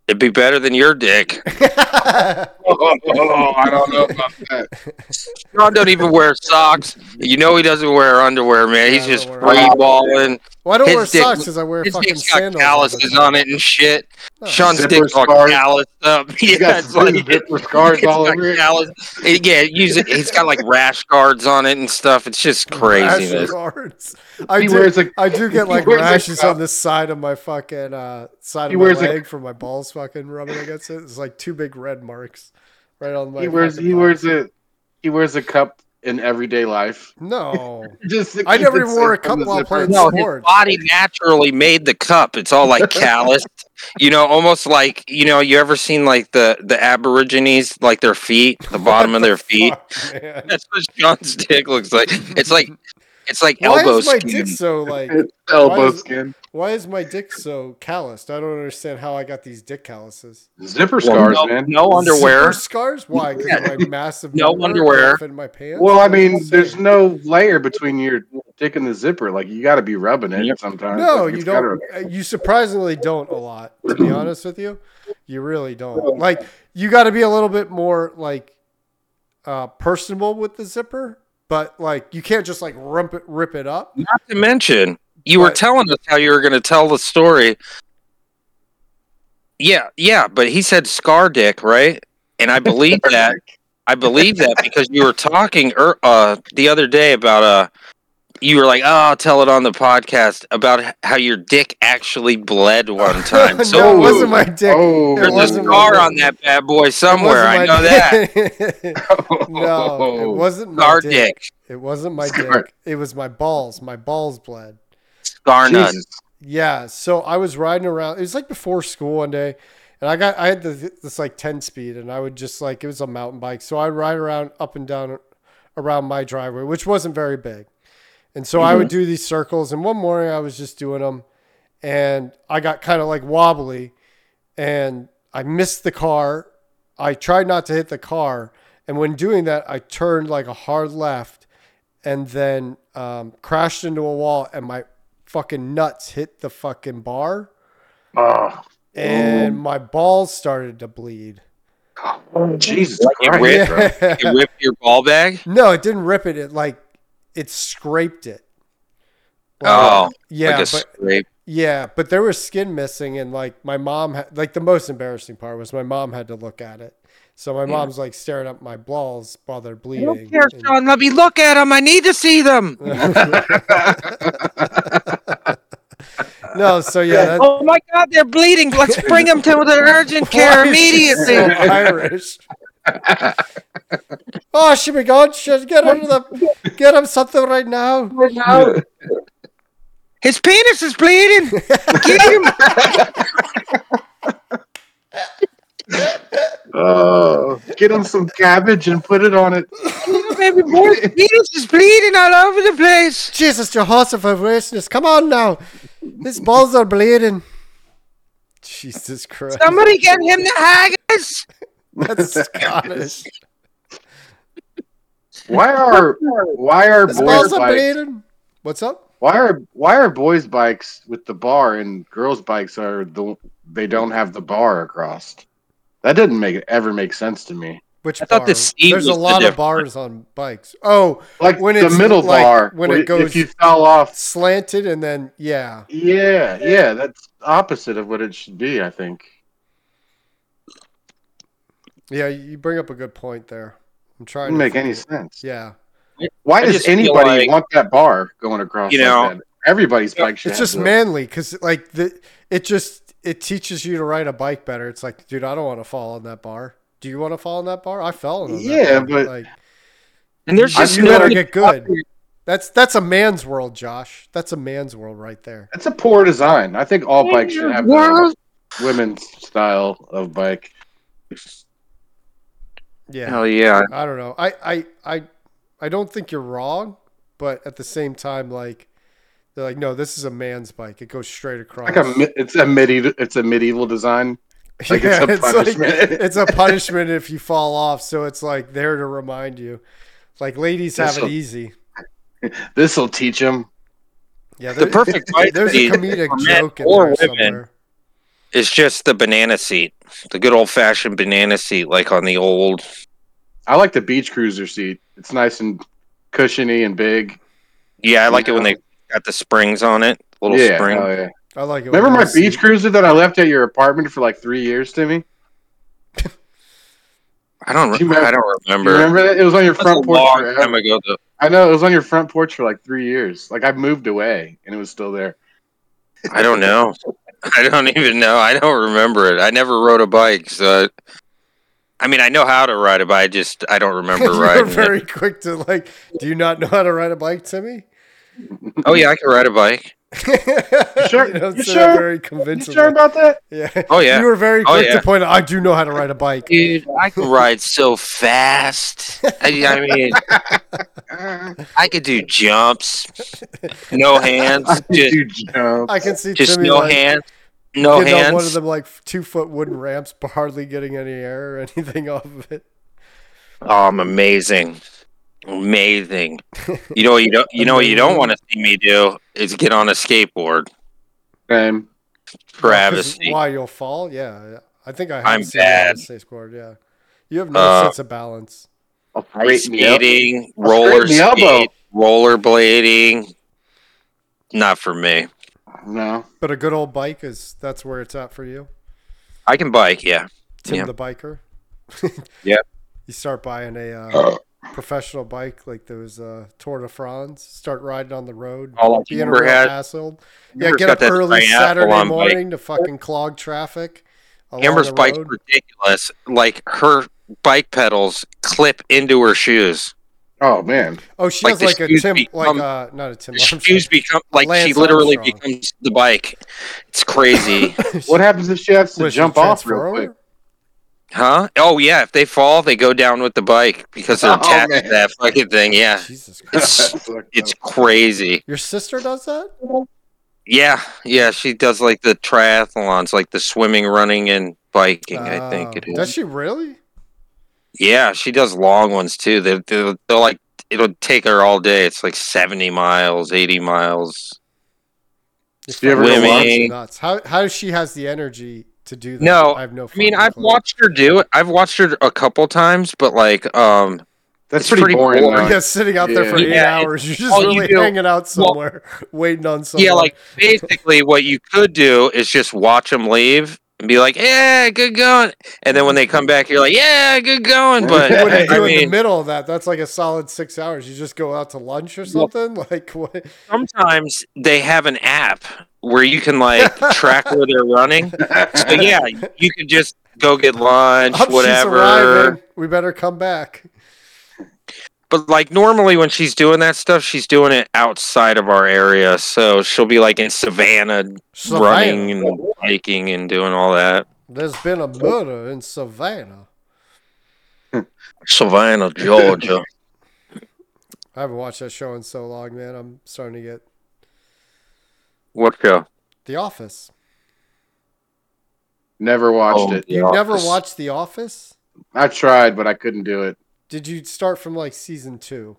[SPEAKER 1] It'd be better than your dick.
[SPEAKER 2] Oh, oh, oh, I don't know about
[SPEAKER 1] *laughs*
[SPEAKER 2] that.
[SPEAKER 1] Sean don't even wear socks. You know he doesn't wear underwear, man.
[SPEAKER 3] Yeah,
[SPEAKER 1] He's
[SPEAKER 3] I don't
[SPEAKER 1] just
[SPEAKER 3] wear
[SPEAKER 1] free
[SPEAKER 2] underwear.
[SPEAKER 1] balling.
[SPEAKER 3] *laughs* well, I don't
[SPEAKER 1] His
[SPEAKER 3] wear
[SPEAKER 1] dick-
[SPEAKER 3] socks because I wear
[SPEAKER 1] His
[SPEAKER 3] fucking
[SPEAKER 1] dick's got
[SPEAKER 3] sandals. all the
[SPEAKER 1] calluses
[SPEAKER 3] time.
[SPEAKER 1] on it and shit.
[SPEAKER 3] No.
[SPEAKER 1] Sean's
[SPEAKER 2] Zipper
[SPEAKER 1] dick's all
[SPEAKER 2] scars.
[SPEAKER 1] calloused up. *laughs*
[SPEAKER 2] He's
[SPEAKER 1] yeah,
[SPEAKER 2] got
[SPEAKER 1] it's like,
[SPEAKER 2] scars, scars
[SPEAKER 1] it's
[SPEAKER 2] all
[SPEAKER 1] got
[SPEAKER 2] over it.
[SPEAKER 1] calloused- it- Yeah, he's, he's got like rash guards on it and stuff. It's just
[SPEAKER 3] Rash
[SPEAKER 1] craziness.
[SPEAKER 2] *laughs*
[SPEAKER 3] guards. I
[SPEAKER 2] He
[SPEAKER 3] do,
[SPEAKER 2] wears a-
[SPEAKER 3] I do get
[SPEAKER 2] he
[SPEAKER 3] like
[SPEAKER 2] wears a
[SPEAKER 3] rashes
[SPEAKER 2] cup.
[SPEAKER 3] on the side of my fucking uh, side
[SPEAKER 2] He
[SPEAKER 3] of my
[SPEAKER 2] wears a-
[SPEAKER 3] leg from my balls fucking rubbing against it. It's like two big red marks right on my.
[SPEAKER 2] He wears.
[SPEAKER 3] fucking
[SPEAKER 2] He
[SPEAKER 3] balls.
[SPEAKER 2] wears a. He wears a cup in everyday life.
[SPEAKER 1] *laughs*
[SPEAKER 3] No,
[SPEAKER 2] Just to
[SPEAKER 3] I
[SPEAKER 2] keep
[SPEAKER 3] never
[SPEAKER 2] it
[SPEAKER 3] even wore a
[SPEAKER 2] safe from
[SPEAKER 3] cup
[SPEAKER 2] the
[SPEAKER 3] while
[SPEAKER 2] zipper.
[SPEAKER 3] playing
[SPEAKER 1] No,
[SPEAKER 3] Lord.
[SPEAKER 1] his body naturally made the cup. It's all
[SPEAKER 2] *laughs*
[SPEAKER 1] like calloused, you know, almost like you know. You ever seen like the the Aborigines, like their feet, the bottom
[SPEAKER 3] *laughs*
[SPEAKER 1] of their feet?
[SPEAKER 3] Fuck, man.
[SPEAKER 1] That's what Sean's dick looks like. It's like it's like
[SPEAKER 3] Why
[SPEAKER 1] *laughs* elbow
[SPEAKER 3] is my
[SPEAKER 1] skin.
[SPEAKER 3] dick so like?
[SPEAKER 2] It's elbow
[SPEAKER 3] Why is-
[SPEAKER 2] skin,
[SPEAKER 3] Why is my dick so calloused? I don't understand how I got these dick calluses.
[SPEAKER 2] zipper
[SPEAKER 1] Well,
[SPEAKER 2] scars,
[SPEAKER 1] no,
[SPEAKER 2] man.
[SPEAKER 1] no underwear.
[SPEAKER 3] *laughs* Zipper scars? Why? Because of my massive
[SPEAKER 1] No
[SPEAKER 3] member
[SPEAKER 1] underwear.
[SPEAKER 3] in my pants.
[SPEAKER 2] Well, I
[SPEAKER 3] What are you
[SPEAKER 2] mean, there's
[SPEAKER 3] saying?
[SPEAKER 2] no layer between your dick and the zipper. Like you got to be rubbing it
[SPEAKER 1] Yep.
[SPEAKER 2] sometimes.
[SPEAKER 3] No,
[SPEAKER 2] Like,
[SPEAKER 3] you
[SPEAKER 2] it's
[SPEAKER 3] don't.
[SPEAKER 2] gotta-
[SPEAKER 3] uh, You surprisingly don't a lot, to be honest with you. You really don't. Like, you got to be a little bit more like uh, personable with the zipper, but like, you can't just like rip it, rip it up.
[SPEAKER 1] Not to mention, you were
[SPEAKER 3] But-
[SPEAKER 1] telling us how you were going to tell the story. Yeah, yeah, but he said scar dick, right?
[SPEAKER 3] *laughs*
[SPEAKER 1] And I believe that. I believe that because you were talking er, uh, the other day about uh, you were like, "Oh, I'll tell it on the podcast about h- how your dick actually bled
[SPEAKER 3] *laughs*
[SPEAKER 1] one time." So
[SPEAKER 3] no, it wasn't my dick.
[SPEAKER 2] Oh,
[SPEAKER 3] It
[SPEAKER 1] there's a
[SPEAKER 3] wasn't my
[SPEAKER 1] scar
[SPEAKER 3] dick.
[SPEAKER 1] on that bad boy somewhere. I know that
[SPEAKER 3] *laughs*
[SPEAKER 2] *laughs*
[SPEAKER 3] that. *laughs* no,
[SPEAKER 2] Oh,
[SPEAKER 3] it wasn't my
[SPEAKER 1] scar
[SPEAKER 3] dick.
[SPEAKER 1] dick,
[SPEAKER 3] It wasn't my
[SPEAKER 2] Scar-
[SPEAKER 3] dick. It was my balls. My balls bled.
[SPEAKER 1] scar nut.
[SPEAKER 2] Jesus.
[SPEAKER 3] Yeah, so I was riding around. It was like before school one day, and I got I had the, this like ten speed, and I would just like it was a mountain bike, so I'd ride around up and down around my driveway, which wasn't very big, and so I would do these circles. And one morning I was just doing them, and I got kind of like wobbly, and I missed the car. I tried not to hit the car, and when doing that, I turned like a hard left, and then um, crashed into a wall, and my fucking nuts hit the fucking bar
[SPEAKER 2] Oh,
[SPEAKER 3] and my balls started to bleed.
[SPEAKER 2] Jesus
[SPEAKER 1] It
[SPEAKER 2] Christ,
[SPEAKER 1] ripped,
[SPEAKER 3] *laughs*
[SPEAKER 2] bro.
[SPEAKER 1] it ripped your ball bag.
[SPEAKER 3] no, it didn't rip it. It like it scraped it. Like,
[SPEAKER 1] Oh,
[SPEAKER 3] yeah,
[SPEAKER 1] like a
[SPEAKER 3] but
[SPEAKER 1] scrape.
[SPEAKER 3] yeah, but there was skin missing and like my mom had like the most embarrassing part was my mom had to look at it. So my mom's like staring up my balls while they're
[SPEAKER 1] I
[SPEAKER 3] bleeding.
[SPEAKER 1] don't care,
[SPEAKER 3] and-
[SPEAKER 1] Sean. Let me look at them. I need to see them.
[SPEAKER 3] *laughs* no, so yeah, that,
[SPEAKER 1] *laughs* Oh my God, they're bleeding. Let's bring them to the urgent care
[SPEAKER 3] Why is she
[SPEAKER 1] immediately.
[SPEAKER 3] so Irish. *laughs* oh, she be gone. Should get her the, get him something right now.
[SPEAKER 1] His penis is *laughs* bleeding. Get him.
[SPEAKER 2] *laughs* Oh, get him some cabbage and put it on it.
[SPEAKER 1] Your baby boy's penis is bleeding all over the place.
[SPEAKER 3] Jesus, Jehoshaphat, witness, come on now. His balls are bleeding. Jesus Christ,
[SPEAKER 1] Somebody get him the haggis.
[SPEAKER 3] that's Scottish.
[SPEAKER 2] Why are why are
[SPEAKER 3] His balls
[SPEAKER 2] boys
[SPEAKER 3] are
[SPEAKER 2] bikes,
[SPEAKER 3] bleeding. What's up?
[SPEAKER 2] why are why are boys bikes with the bar and girls bikes are the they don't have the bar across? That didn't make ever make sense to me.
[SPEAKER 3] Which
[SPEAKER 1] I thought
[SPEAKER 3] bar?
[SPEAKER 1] the seat
[SPEAKER 3] There's a
[SPEAKER 1] was the
[SPEAKER 3] lot of
[SPEAKER 1] difference.
[SPEAKER 3] bars on bikes. Oh,
[SPEAKER 2] Like
[SPEAKER 3] When
[SPEAKER 2] the
[SPEAKER 3] it's,
[SPEAKER 2] middle
[SPEAKER 3] like,
[SPEAKER 2] bar
[SPEAKER 3] when
[SPEAKER 2] where
[SPEAKER 3] it goes-
[SPEAKER 2] if you fell off.
[SPEAKER 3] slanted and then yeah.
[SPEAKER 2] Yeah, yeah, that's opposite of what it should be, I think.
[SPEAKER 3] Yeah, you bring up a good point there. I'm trying
[SPEAKER 2] Doesn't
[SPEAKER 3] to
[SPEAKER 2] make any
[SPEAKER 3] figure-
[SPEAKER 2] sense.
[SPEAKER 3] Yeah.
[SPEAKER 2] Why
[SPEAKER 1] I
[SPEAKER 2] does
[SPEAKER 1] just feel
[SPEAKER 2] anybody
[SPEAKER 1] like-
[SPEAKER 2] want that bar going across?
[SPEAKER 1] You
[SPEAKER 2] like
[SPEAKER 1] know,
[SPEAKER 2] that? everybody's bike should
[SPEAKER 3] It's
[SPEAKER 2] have
[SPEAKER 3] just
[SPEAKER 2] those.
[SPEAKER 3] manly because like the it just it teaches you to ride a bike better. It's like, dude, I don't want to fall on that bar. Do you want to fall on that bar? I fell on that
[SPEAKER 2] Yeah,
[SPEAKER 3] bar.
[SPEAKER 2] but-
[SPEAKER 3] like
[SPEAKER 1] And there's
[SPEAKER 2] I
[SPEAKER 1] just
[SPEAKER 3] you
[SPEAKER 2] feel
[SPEAKER 1] no
[SPEAKER 3] better
[SPEAKER 2] like-
[SPEAKER 3] get good. That's that's a man's world, Josh. That's a man's world right there.
[SPEAKER 2] That's a poor design. I think all bikes should have their
[SPEAKER 1] World.
[SPEAKER 2] women's style of bike.
[SPEAKER 3] Yeah.
[SPEAKER 1] Hell yeah.
[SPEAKER 3] I don't know. I, I I I don't think you're wrong, but at the same time, like they're like, no, this is a man's bike. It goes straight across.
[SPEAKER 2] Like a, mi- it's a medieval, it's a medieval design. *laughs* Like, it's
[SPEAKER 3] yeah,
[SPEAKER 2] a
[SPEAKER 3] it's, like
[SPEAKER 2] punishment.
[SPEAKER 3] *laughs* it's a punishment if you fall off. So it's like there to remind you. Like ladies have
[SPEAKER 2] This'll-
[SPEAKER 3] it easy.
[SPEAKER 2] This will teach them.
[SPEAKER 3] Yeah,
[SPEAKER 1] The
[SPEAKER 3] there-
[SPEAKER 1] perfect bike
[SPEAKER 3] there's a
[SPEAKER 1] seat
[SPEAKER 3] comedic
[SPEAKER 1] for men
[SPEAKER 3] joke in
[SPEAKER 1] or
[SPEAKER 3] there
[SPEAKER 1] women.
[SPEAKER 3] somewhere.
[SPEAKER 1] is just the banana seat, the good old fashioned banana seat, like on the old.
[SPEAKER 2] I like the beach cruiser seat. It's nice and cushiony and big.
[SPEAKER 1] Yeah, I like it when they got the springs on it, little
[SPEAKER 2] yeah,
[SPEAKER 1] spring.
[SPEAKER 2] oh, yeah.
[SPEAKER 3] I like it. when
[SPEAKER 2] Remember my
[SPEAKER 3] there's a
[SPEAKER 2] beach
[SPEAKER 3] seat.
[SPEAKER 2] cruiser that I left at your apartment for like three years, Timmy?
[SPEAKER 1] I don't.
[SPEAKER 2] You
[SPEAKER 1] Re-
[SPEAKER 2] remember-
[SPEAKER 1] I don't
[SPEAKER 2] You
[SPEAKER 1] remember.
[SPEAKER 2] remember that? It was on your
[SPEAKER 1] That was
[SPEAKER 2] front
[SPEAKER 1] a long
[SPEAKER 2] porch forever.
[SPEAKER 1] time ago. Though.
[SPEAKER 2] I know it was on your front porch for like three years. Like I moved away and it was still there.
[SPEAKER 1] I don't know. *laughs* I don't even know. I don't remember it. I never rode a bike, so I mean, I know how to ride a bike. I just I don't
[SPEAKER 3] *laughs*
[SPEAKER 1] remember
[SPEAKER 3] you were
[SPEAKER 1] riding. it.
[SPEAKER 3] very quick to like. Do you not know how to ride a bike,
[SPEAKER 2] *laughs*
[SPEAKER 3] Timmy?
[SPEAKER 1] Oh yeah, I can ride a bike.
[SPEAKER 2] sure?
[SPEAKER 3] *laughs* you don't
[SPEAKER 2] You
[SPEAKER 3] say that
[SPEAKER 2] sure?
[SPEAKER 3] very
[SPEAKER 2] You
[SPEAKER 3] convincingly.
[SPEAKER 2] sure about that?
[SPEAKER 3] Yeah.
[SPEAKER 1] Oh, yeah.
[SPEAKER 3] You were very
[SPEAKER 1] Oh,
[SPEAKER 3] quick
[SPEAKER 1] yeah.
[SPEAKER 3] to point out. I do know how to ride a bike.
[SPEAKER 1] Dude, I can ride so fast. I, *laughs* I mean,
[SPEAKER 2] Uh,
[SPEAKER 1] *laughs* I could do jumps, *laughs* no hands,
[SPEAKER 2] I
[SPEAKER 1] just,
[SPEAKER 2] do jump.
[SPEAKER 3] I can see
[SPEAKER 1] just
[SPEAKER 3] Timmy
[SPEAKER 1] no
[SPEAKER 3] like,
[SPEAKER 1] hands, no
[SPEAKER 3] getting on one of
[SPEAKER 1] hands.
[SPEAKER 3] them like two foot wooden ramps, hardly getting any air or *laughs* anything off of it.
[SPEAKER 1] Oh, I'm amazing, *laughs* amazing. You know, what you don't. You know, what you don't want to see me do is get on a skateboard,
[SPEAKER 2] Same.
[SPEAKER 1] Travis. *laughs*
[SPEAKER 3] Why you'll fall? Yeah, I think I have
[SPEAKER 1] I'm
[SPEAKER 3] seen that on
[SPEAKER 1] bad.
[SPEAKER 3] Safe Squad, Yeah, you have no
[SPEAKER 1] Uh,
[SPEAKER 3] sense of balance.
[SPEAKER 2] I'll
[SPEAKER 1] ice
[SPEAKER 2] straighten you up.
[SPEAKER 1] skating,
[SPEAKER 2] I'll straighten
[SPEAKER 1] roller
[SPEAKER 2] the elbow.
[SPEAKER 1] skate, rollerblading. Not for me.
[SPEAKER 2] No.
[SPEAKER 3] But a good old bike is that's where it's at for you,
[SPEAKER 1] I can bike, yeah.
[SPEAKER 3] Tim
[SPEAKER 1] Yeah.
[SPEAKER 3] the biker. *laughs*
[SPEAKER 1] Yeah.
[SPEAKER 3] You start buying a uh, professional bike like those uh, Tour de France. Start riding on the road.
[SPEAKER 1] All I
[SPEAKER 3] being
[SPEAKER 1] ever
[SPEAKER 3] real
[SPEAKER 1] Oh, had.
[SPEAKER 3] hassled. Yeah,
[SPEAKER 1] Amber's
[SPEAKER 3] get
[SPEAKER 1] got
[SPEAKER 3] up
[SPEAKER 1] that
[SPEAKER 3] early
[SPEAKER 1] triathlon
[SPEAKER 3] Saturday
[SPEAKER 1] bike.
[SPEAKER 3] morning to fucking clog traffic. along
[SPEAKER 1] Amber's
[SPEAKER 3] the
[SPEAKER 1] bike's
[SPEAKER 3] road.
[SPEAKER 1] ridiculous. Like her bike pedals clip into her shoes.
[SPEAKER 2] Oh man.
[SPEAKER 3] Oh, she
[SPEAKER 1] Like, um,
[SPEAKER 3] has
[SPEAKER 1] the
[SPEAKER 3] like a
[SPEAKER 1] shoes
[SPEAKER 3] Tim, like
[SPEAKER 1] become-
[SPEAKER 3] uh, not a Tim. *laughs*
[SPEAKER 1] Her
[SPEAKER 3] Armstrong.
[SPEAKER 1] shoes become like she
[SPEAKER 3] Lance
[SPEAKER 1] literally
[SPEAKER 3] Armstrong.
[SPEAKER 1] becomes the bike. It's crazy. *laughs*
[SPEAKER 2] What happens if she has to
[SPEAKER 3] Was she
[SPEAKER 2] jump off real
[SPEAKER 3] transfer
[SPEAKER 2] quick?
[SPEAKER 3] over?
[SPEAKER 1] huh? Oh yeah, if they fall, they go down with the bike because
[SPEAKER 3] *laughs*
[SPEAKER 1] they're
[SPEAKER 2] Oh,
[SPEAKER 1] attached to
[SPEAKER 2] man.
[SPEAKER 1] that fucking thing. Yeah.
[SPEAKER 3] Jesus Christ!
[SPEAKER 1] It's
[SPEAKER 2] *laughs*
[SPEAKER 1] it's crazy.
[SPEAKER 3] Your sister does that?
[SPEAKER 1] Yeah, yeah, she does like the triathlons, like the swimming, running, and biking. I think
[SPEAKER 3] Oh,
[SPEAKER 1] it is.
[SPEAKER 3] Does she really?
[SPEAKER 1] Yeah, she does long ones too. They're, they're, they're like it'll take her all day. It's like seventy miles, eighty miles.
[SPEAKER 2] Do you ever
[SPEAKER 1] go
[SPEAKER 3] Fucking
[SPEAKER 1] walk?
[SPEAKER 3] nuts. How how she has the energy to do that?
[SPEAKER 1] No,
[SPEAKER 3] I have no.
[SPEAKER 1] I mean,
[SPEAKER 3] fucking
[SPEAKER 1] I've
[SPEAKER 3] clue.
[SPEAKER 1] watched her do it. I've watched her a couple times, but like, um,
[SPEAKER 2] That's
[SPEAKER 1] It's
[SPEAKER 2] pretty,
[SPEAKER 1] pretty
[SPEAKER 2] boring.
[SPEAKER 1] boring.
[SPEAKER 2] though.
[SPEAKER 3] *laughs* *laughs* Yeah, sitting out there for
[SPEAKER 1] Yeah.
[SPEAKER 3] eight
[SPEAKER 1] Yeah,
[SPEAKER 3] hours. You're just
[SPEAKER 1] all you
[SPEAKER 3] really
[SPEAKER 1] do-
[SPEAKER 3] hanging out somewhere, *laughs* waiting on someone.
[SPEAKER 1] yeah, like basically, what you could do is just watch them leave and be like, "Yeah, good going," and then when they come back, you're like, "Yeah, good going," but *laughs*
[SPEAKER 3] what do you do
[SPEAKER 1] I
[SPEAKER 3] in the
[SPEAKER 1] mean,
[SPEAKER 3] middle of that? That's like a solid six hours. You just go out to lunch or something. *laughs* Like what?
[SPEAKER 1] sometimes they have an app where you can like track where they're running. So yeah, you could just go get lunch,
[SPEAKER 3] Up, Oh, she's
[SPEAKER 1] whatever.
[SPEAKER 3] arriving. We better come back.
[SPEAKER 1] But like normally when she's doing that stuff, she's doing it outside of our area. So she'll be like in Savannah
[SPEAKER 3] Savannah.
[SPEAKER 1] running and hiking and doing all that.
[SPEAKER 3] There's been a murder in Savannah.
[SPEAKER 1] Savannah, Georgia.
[SPEAKER 3] I haven't watched that show in so long, man. I'm starting to get
[SPEAKER 1] what show?
[SPEAKER 3] The Office.
[SPEAKER 2] *laughs* Never watched
[SPEAKER 1] Oh,
[SPEAKER 2] it.
[SPEAKER 1] The
[SPEAKER 3] You never
[SPEAKER 1] Office.
[SPEAKER 3] watched The Office?
[SPEAKER 2] I tried, but I couldn't do it.
[SPEAKER 3] Did you start from like season two?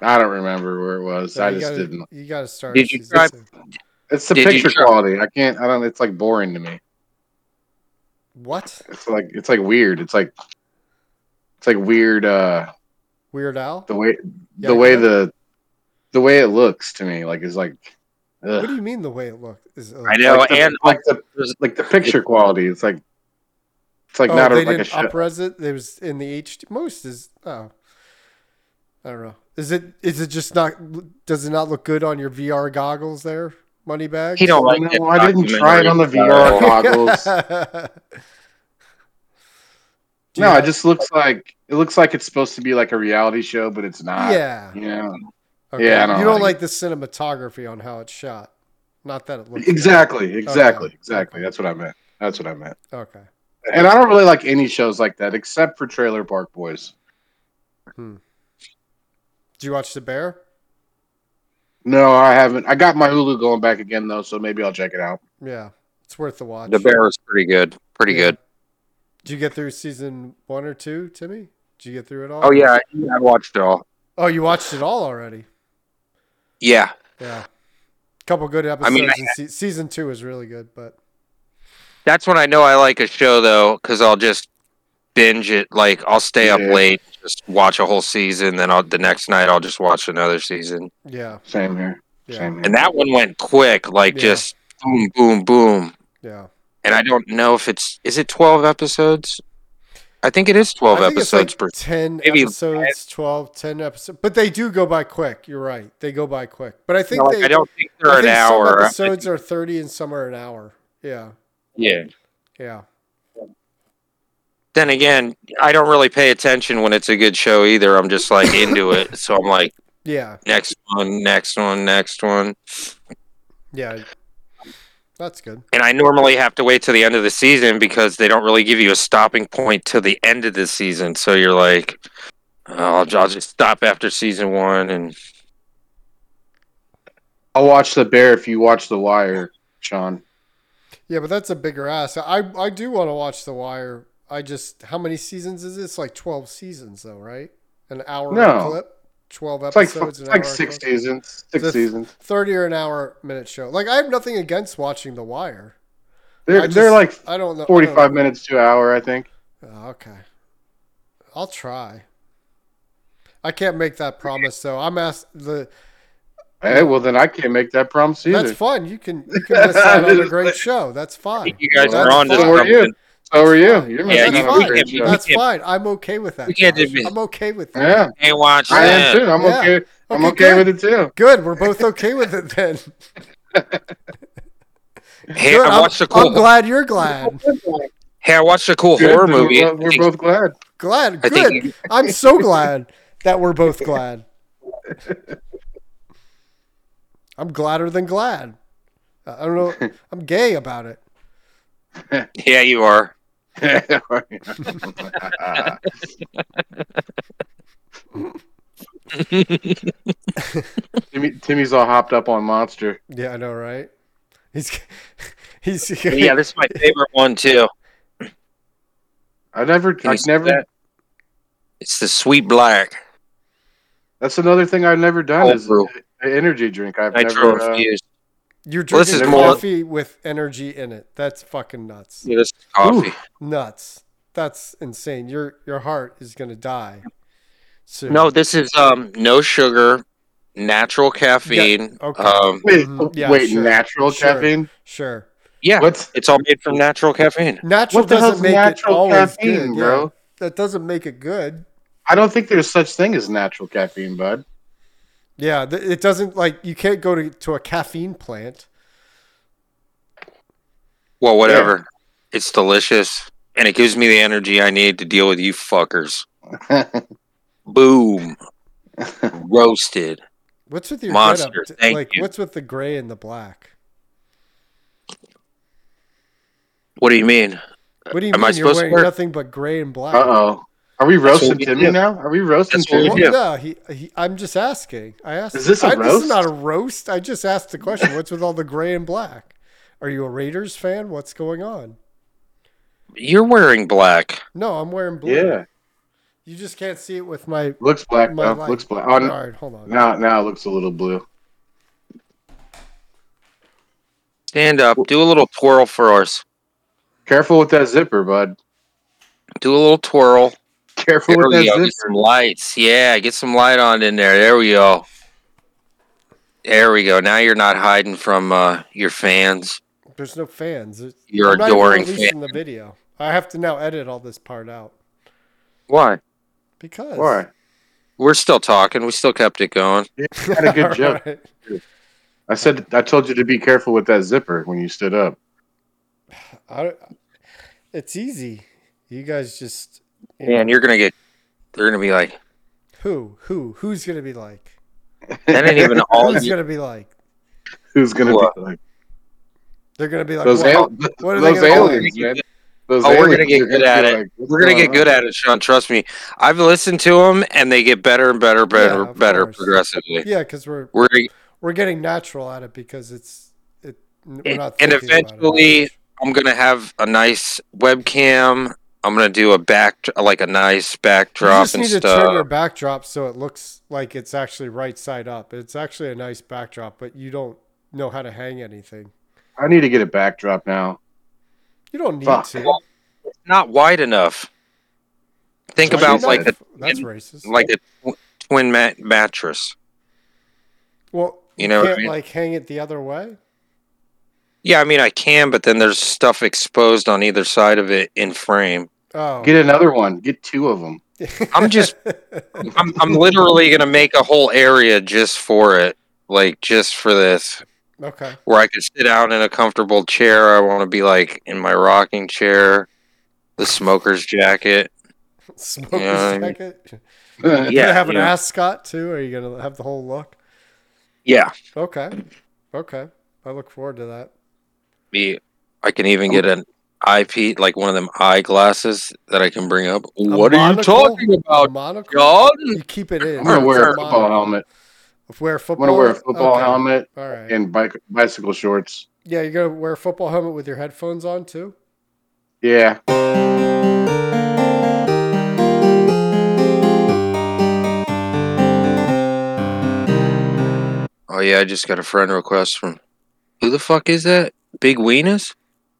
[SPEAKER 2] I don't remember where it was.
[SPEAKER 3] So
[SPEAKER 2] I
[SPEAKER 3] you
[SPEAKER 2] just
[SPEAKER 3] gotta-
[SPEAKER 2] didn't.
[SPEAKER 3] You got to start.
[SPEAKER 1] Did you
[SPEAKER 3] season
[SPEAKER 1] try-
[SPEAKER 3] two.
[SPEAKER 2] It's the
[SPEAKER 1] Did you
[SPEAKER 2] picture
[SPEAKER 1] try-
[SPEAKER 2] quality. I can't. I don't. It's like boring to me.
[SPEAKER 3] What?
[SPEAKER 2] It's like it's like weird. It's like it's like weird. Uh,
[SPEAKER 3] Weird Al?
[SPEAKER 2] the way
[SPEAKER 3] Yeah,
[SPEAKER 2] the
[SPEAKER 3] I
[SPEAKER 2] way
[SPEAKER 3] get it.
[SPEAKER 2] the the way it looks to me like is like.
[SPEAKER 3] What
[SPEAKER 2] Ugh.
[SPEAKER 3] do you mean the way it looked? Is it
[SPEAKER 1] I
[SPEAKER 3] like,
[SPEAKER 1] know,
[SPEAKER 2] like the,
[SPEAKER 1] and
[SPEAKER 2] like the like the picture quality. It's like it's like
[SPEAKER 3] oh,
[SPEAKER 2] not a,
[SPEAKER 3] they
[SPEAKER 2] like a
[SPEAKER 3] didn't
[SPEAKER 2] show.
[SPEAKER 3] upres it. It was in the HD. Most is oh, I don't know. Is it is it just not? Does it not look good on your VR goggles there, money bag?
[SPEAKER 1] he
[SPEAKER 3] *laughs*
[SPEAKER 1] don't like
[SPEAKER 2] No,
[SPEAKER 1] that
[SPEAKER 2] I didn't try it on the
[SPEAKER 1] documentary
[SPEAKER 2] VR.
[SPEAKER 1] at *laughs* all.
[SPEAKER 2] goggles. No,
[SPEAKER 3] I
[SPEAKER 2] it just looks like it looks like it's supposed to be like a reality show, but it's not.
[SPEAKER 3] yeah.
[SPEAKER 2] You know?
[SPEAKER 3] Okay.
[SPEAKER 2] Yeah, I don't
[SPEAKER 3] you don't
[SPEAKER 2] like
[SPEAKER 3] like the cinematography on how it's shot. Not that it looks
[SPEAKER 2] Exactly. Exactly.
[SPEAKER 3] Okay.
[SPEAKER 2] Exactly. That's what I meant. That's what I meant.
[SPEAKER 3] Bad. Okay.
[SPEAKER 2] And I don't really like any shows like that except for Trailer Park Boys.
[SPEAKER 3] Did you watch the bear?
[SPEAKER 2] No, I haven't. I got my Hulu going back again though, so maybe I'll check it out.
[SPEAKER 3] Yeah, it's worth the watch.
[SPEAKER 1] The bear is pretty good. Pretty
[SPEAKER 3] Yeah.
[SPEAKER 1] good.
[SPEAKER 3] Did you get through season one or two, Timmy? Did you get through it all?
[SPEAKER 1] Oh yeah, I watched it all.
[SPEAKER 3] Oh, you watched it all already.
[SPEAKER 1] Yeah.
[SPEAKER 3] Yeah. Couple good episodes.
[SPEAKER 1] I mean, I-
[SPEAKER 3] in se- season two is really good, but
[SPEAKER 1] That's when I know I like a show though, because I'll just binge it. Like I'll stay up
[SPEAKER 2] Yeah.
[SPEAKER 1] late, just watch a whole season, then I'll the next night I'll just watch another season.
[SPEAKER 3] yeah,
[SPEAKER 2] Same here.
[SPEAKER 3] yeah,
[SPEAKER 2] Same here.
[SPEAKER 1] And that one went quick, like
[SPEAKER 3] Yeah.
[SPEAKER 1] just boom, boom, boom.
[SPEAKER 3] yeah.
[SPEAKER 1] And I don't know if it's is it twelve episodes. I think it is twelve
[SPEAKER 3] I think
[SPEAKER 1] episodes
[SPEAKER 3] it's
[SPEAKER 1] per.
[SPEAKER 3] like 10
[SPEAKER 1] maybe
[SPEAKER 3] episodes, 12, 10 episodes, but they do go by quick. You're right. They go by quick, but I think
[SPEAKER 1] like,
[SPEAKER 3] they,
[SPEAKER 1] I don't think
[SPEAKER 3] I
[SPEAKER 1] they're an
[SPEAKER 3] think some
[SPEAKER 1] hour. I
[SPEAKER 3] episodes are 30 and some are an hour. Yeah.
[SPEAKER 1] think- yeah.
[SPEAKER 3] Yeah.
[SPEAKER 1] Then again, I don't really pay attention when it's a good show either. I'm just like into it, so I'm like
[SPEAKER 3] Yeah.
[SPEAKER 1] next one, next one, next one.
[SPEAKER 3] Yeah. That's good.
[SPEAKER 1] and I normally have to wait till the end of the season because they don't really give you a stopping point till the end of the season. So you're like, oh, I'll, I'll just stop after season one, and
[SPEAKER 2] I'll watch The Bear if you watch The Wire, Sean.
[SPEAKER 3] Yeah, but that's a bigger ass. I I do want to watch The Wire. I just how many seasons is this? Like twelve seasons though, right? An hour
[SPEAKER 2] No.
[SPEAKER 3] clip, twelve
[SPEAKER 2] It's like
[SPEAKER 3] episodes.
[SPEAKER 2] it's
[SPEAKER 3] an
[SPEAKER 2] like
[SPEAKER 3] hour
[SPEAKER 2] six
[SPEAKER 3] clip?
[SPEAKER 2] seasons. Six
[SPEAKER 3] The-
[SPEAKER 2] seasons.
[SPEAKER 3] thirty or an hour minute show. Like I have nothing against watching The Wire.
[SPEAKER 2] They're
[SPEAKER 3] I just-
[SPEAKER 2] they're like
[SPEAKER 3] I don't know I don't
[SPEAKER 2] forty five
[SPEAKER 3] know.
[SPEAKER 2] minutes to an hour, I think.
[SPEAKER 3] Oh, okay, I'll try. I can't make that promise though. I'm asked the.
[SPEAKER 2] Hey, well then I can't make that promise either.
[SPEAKER 3] That's fun. You can you can miss out
[SPEAKER 2] *laughs*
[SPEAKER 3] on a great show. That's fine.
[SPEAKER 1] you guys
[SPEAKER 3] That's
[SPEAKER 1] are on to
[SPEAKER 3] fine.
[SPEAKER 2] Who are you?
[SPEAKER 1] something.
[SPEAKER 2] So are you.
[SPEAKER 3] fine.
[SPEAKER 2] You're
[SPEAKER 1] Yeah,
[SPEAKER 2] missing
[SPEAKER 1] you-
[SPEAKER 2] out on a
[SPEAKER 1] we
[SPEAKER 2] great
[SPEAKER 1] can't-
[SPEAKER 2] show.
[SPEAKER 1] we
[SPEAKER 3] That's fine. I'm okay with that.
[SPEAKER 1] We can't
[SPEAKER 3] Josh.
[SPEAKER 1] admit-
[SPEAKER 3] I'm okay with that.
[SPEAKER 2] Yeah,
[SPEAKER 1] Hey, watch
[SPEAKER 2] I am
[SPEAKER 1] that.
[SPEAKER 2] too. I'm
[SPEAKER 3] Yeah.
[SPEAKER 2] okay. I'm okay
[SPEAKER 3] good.
[SPEAKER 2] with it too.
[SPEAKER 3] Good. We're both okay with it
[SPEAKER 1] *laughs*
[SPEAKER 3] then.
[SPEAKER 1] Hey,
[SPEAKER 3] Good.
[SPEAKER 1] I
[SPEAKER 3] I'm-
[SPEAKER 1] watched a
[SPEAKER 3] I'm
[SPEAKER 1] cool.
[SPEAKER 3] glad you're glad.
[SPEAKER 1] hey, I watched a cool
[SPEAKER 2] Good.
[SPEAKER 1] horror
[SPEAKER 2] We're-
[SPEAKER 1] movie.
[SPEAKER 2] We're, we're both
[SPEAKER 3] *laughs*
[SPEAKER 2] glad.
[SPEAKER 3] Glad.
[SPEAKER 1] I
[SPEAKER 3] Good.
[SPEAKER 1] think-
[SPEAKER 3] I'm so glad that we're
[SPEAKER 1] *laughs*
[SPEAKER 3] both glad. I'm gladder than glad. I
[SPEAKER 1] *laughs*
[SPEAKER 3] don't know. I'm gay about it.
[SPEAKER 1] Yeah, you are.
[SPEAKER 2] Timmy, Timmy's all hopped up on Monster.
[SPEAKER 3] Yeah, I know, right? He's *laughs* he's
[SPEAKER 1] *laughs* Yeah, this is my favorite one too.
[SPEAKER 2] I never,
[SPEAKER 1] Can
[SPEAKER 2] I
[SPEAKER 1] you see
[SPEAKER 2] never.
[SPEAKER 1] that? It's the sweet black
[SPEAKER 2] That's another thing I've never done
[SPEAKER 1] Cold
[SPEAKER 2] is
[SPEAKER 1] brew.
[SPEAKER 2] an energy drink. I've
[SPEAKER 1] nitro
[SPEAKER 2] never. uh,
[SPEAKER 1] infused.
[SPEAKER 3] *laughs* you're
[SPEAKER 1] Well, this
[SPEAKER 3] drinking
[SPEAKER 2] is more-
[SPEAKER 3] coffee with energy in it. That's fucking nuts.
[SPEAKER 1] Yeah, this is coffee.
[SPEAKER 3] Nuts. That's insane. Your your heart is gonna die. Soon.
[SPEAKER 1] No, this is um no sugar, natural caffeine.
[SPEAKER 3] okay.
[SPEAKER 1] Um,
[SPEAKER 2] wait,
[SPEAKER 3] Mhm. Yeah,
[SPEAKER 2] wait,
[SPEAKER 3] sure.
[SPEAKER 2] natural
[SPEAKER 3] Sure.
[SPEAKER 2] caffeine.
[SPEAKER 3] Sure.
[SPEAKER 1] Yeah,
[SPEAKER 2] What's
[SPEAKER 1] it's all made from natural caffeine.
[SPEAKER 3] Natural
[SPEAKER 2] what the
[SPEAKER 3] doesn't
[SPEAKER 2] hell's
[SPEAKER 3] make it
[SPEAKER 2] natural
[SPEAKER 3] always
[SPEAKER 2] caffeine,
[SPEAKER 3] good,
[SPEAKER 2] bro?
[SPEAKER 3] yeah. That doesn't make it good.
[SPEAKER 2] I don't think there's such thing as natural caffeine, bud. *laughs*
[SPEAKER 3] Yeah, th- it doesn't like you can't go to, to a caffeine plant.
[SPEAKER 1] Well, whatever. It's delicious, and it gives me the energy I need to deal with you fuckers.
[SPEAKER 3] Uh, *laughs*
[SPEAKER 1] Boom, roasted.
[SPEAKER 3] What's with your
[SPEAKER 1] Monster,
[SPEAKER 3] getup? D-
[SPEAKER 1] thank
[SPEAKER 3] Like
[SPEAKER 1] you.
[SPEAKER 3] what's with the gray and the black?
[SPEAKER 1] What do you mean?
[SPEAKER 3] What do you
[SPEAKER 1] Am I
[SPEAKER 3] mean you're
[SPEAKER 1] supposed to
[SPEAKER 3] wearing
[SPEAKER 1] wear-
[SPEAKER 3] nothing but gray and black?
[SPEAKER 2] Uh oh. Are we roasting
[SPEAKER 1] what we
[SPEAKER 2] Timmy
[SPEAKER 1] do.
[SPEAKER 2] now? Are we roasting
[SPEAKER 1] That's what we
[SPEAKER 2] Timmy?
[SPEAKER 3] Well,
[SPEAKER 1] do.
[SPEAKER 3] no, he, he. I'm just asking. I asked.
[SPEAKER 2] Is this a
[SPEAKER 3] I- This
[SPEAKER 2] roast?
[SPEAKER 3] is not a roast. I just asked the question. What's with all the gray and black? Are you a Raiders fan? What's going on?
[SPEAKER 1] You're wearing black.
[SPEAKER 3] No, I'm wearing blue.
[SPEAKER 2] Yeah.
[SPEAKER 3] You just can't see it with my.
[SPEAKER 2] Looks black
[SPEAKER 3] My
[SPEAKER 2] though.
[SPEAKER 3] light.
[SPEAKER 2] Looks black.
[SPEAKER 3] All
[SPEAKER 2] Oh, no,
[SPEAKER 3] right, hold on.
[SPEAKER 2] now, now it looks a little blue.
[SPEAKER 1] Stand up. Do a little twirl for us.
[SPEAKER 2] Careful with that zipper, bud. *laughs*
[SPEAKER 1] Do a little twirl.
[SPEAKER 2] Careful
[SPEAKER 1] There
[SPEAKER 2] with
[SPEAKER 1] we
[SPEAKER 2] that
[SPEAKER 1] go.
[SPEAKER 2] zipper.
[SPEAKER 1] Get some lights. Yeah, get some light on in there. There we go. There we go. Now you're not hiding from uh, your fans.
[SPEAKER 3] There's no fans. It-
[SPEAKER 1] Your
[SPEAKER 3] I'm not even
[SPEAKER 1] adoring
[SPEAKER 3] releasing
[SPEAKER 1] fans.
[SPEAKER 3] the video. I have to now edit all this part out
[SPEAKER 1] Why?
[SPEAKER 3] because.
[SPEAKER 2] All right.
[SPEAKER 1] We're still talking. We still kept it going.
[SPEAKER 2] You had a
[SPEAKER 1] *laughs*
[SPEAKER 2] good joke.
[SPEAKER 3] All right.
[SPEAKER 2] I said I told you to be careful with that zipper when you stood up.
[SPEAKER 3] I, it's easy. You guys just. you
[SPEAKER 1] Man,
[SPEAKER 3] know,
[SPEAKER 1] you're gonna get. They're gonna be like
[SPEAKER 3] who? Who? Who's gonna be like?
[SPEAKER 1] that ain't
[SPEAKER 3] *laughs*
[SPEAKER 1] even all.
[SPEAKER 3] Who's
[SPEAKER 1] you-
[SPEAKER 3] gonna be like?
[SPEAKER 2] Who's gonna
[SPEAKER 1] What?
[SPEAKER 2] be like
[SPEAKER 3] They're gonna be like.
[SPEAKER 2] those,
[SPEAKER 3] "Well,
[SPEAKER 2] al-
[SPEAKER 3] what are they
[SPEAKER 2] those
[SPEAKER 3] gonna do?
[SPEAKER 2] aliens, man? Those
[SPEAKER 1] Oh, we're gonna
[SPEAKER 2] aliens
[SPEAKER 1] get
[SPEAKER 2] are
[SPEAKER 1] good
[SPEAKER 2] be
[SPEAKER 1] at it.
[SPEAKER 2] like, what's
[SPEAKER 1] We're gonna
[SPEAKER 2] going
[SPEAKER 1] get good
[SPEAKER 2] on?
[SPEAKER 1] at it, Sean. Trust me. I've listened to them, and they get better and better, better,
[SPEAKER 3] Yeah, of
[SPEAKER 1] better
[SPEAKER 3] course.
[SPEAKER 1] progressively.
[SPEAKER 3] Yeah, because we're
[SPEAKER 1] We're gonna-
[SPEAKER 3] we're getting natural at it because it's it. We're
[SPEAKER 1] And-
[SPEAKER 3] not
[SPEAKER 1] and
[SPEAKER 3] thinking about it
[SPEAKER 1] eventually-
[SPEAKER 3] much.
[SPEAKER 1] I'm gonna have a nice webcam. I'm gonna do a back, like a nice
[SPEAKER 3] You
[SPEAKER 1] backdrop
[SPEAKER 3] just
[SPEAKER 1] and
[SPEAKER 3] need to turn your
[SPEAKER 1] stuff.
[SPEAKER 3] backdrop so it looks like it's actually right side up. It's actually a nice backdrop, but you don't know how to hang anything.
[SPEAKER 2] I need to get a backdrop now.
[SPEAKER 3] You don't need
[SPEAKER 2] Fuck.
[SPEAKER 3] to.
[SPEAKER 1] Well, It's Not wide enough. Think
[SPEAKER 3] Why
[SPEAKER 1] about
[SPEAKER 3] not?
[SPEAKER 1] like a
[SPEAKER 3] that's racist.
[SPEAKER 1] like a tw- twin mat- mattress.
[SPEAKER 3] well,
[SPEAKER 1] you know what I
[SPEAKER 3] can't
[SPEAKER 1] mean?
[SPEAKER 3] like hang it the other way.
[SPEAKER 1] Yeah, I mean I can, but then there's stuff exposed on either side of it in frame.
[SPEAKER 3] Oh,
[SPEAKER 2] Get another one. Get two of *laughs* them.
[SPEAKER 3] *laughs*
[SPEAKER 1] I'm just- I'm I'm literally gonna make a whole area just for it, like just for this.
[SPEAKER 3] okay. *laughs*
[SPEAKER 1] where I could sit down in a comfortable chair. I want to be like in my rocking chair, the smoker's jacket.
[SPEAKER 3] Smoker's
[SPEAKER 1] Yeah.
[SPEAKER 3] jacket.
[SPEAKER 2] yeah.
[SPEAKER 3] You gonna have an
[SPEAKER 1] yeah.
[SPEAKER 3] ascot too? Are you gonna have the whole look?
[SPEAKER 1] yeah.
[SPEAKER 3] Okay, okay. I look forward to that.
[SPEAKER 1] Be- I can even get an eyepiece, like one of them eyeglasses that I can bring up.
[SPEAKER 3] A
[SPEAKER 1] What are you
[SPEAKER 3] monocle?
[SPEAKER 1] talking
[SPEAKER 3] A
[SPEAKER 1] about,
[SPEAKER 3] monocle?
[SPEAKER 1] John?
[SPEAKER 3] You keep it in.
[SPEAKER 2] I'm gonna wear a
[SPEAKER 3] It's
[SPEAKER 2] football
[SPEAKER 3] monocle.
[SPEAKER 2] helmet.
[SPEAKER 3] Wear a
[SPEAKER 2] I'm
[SPEAKER 3] football.
[SPEAKER 2] gonna wear a football
[SPEAKER 3] Okay.
[SPEAKER 2] helmet
[SPEAKER 3] All right.
[SPEAKER 2] and bike, bicycle shorts.
[SPEAKER 3] Yeah, you're gonna wear a football helmet with your headphones on too. *laughs*
[SPEAKER 2] Yeah.
[SPEAKER 1] Oh yeah, I just got a friend request from. Who the fuck is that? Big Weenus?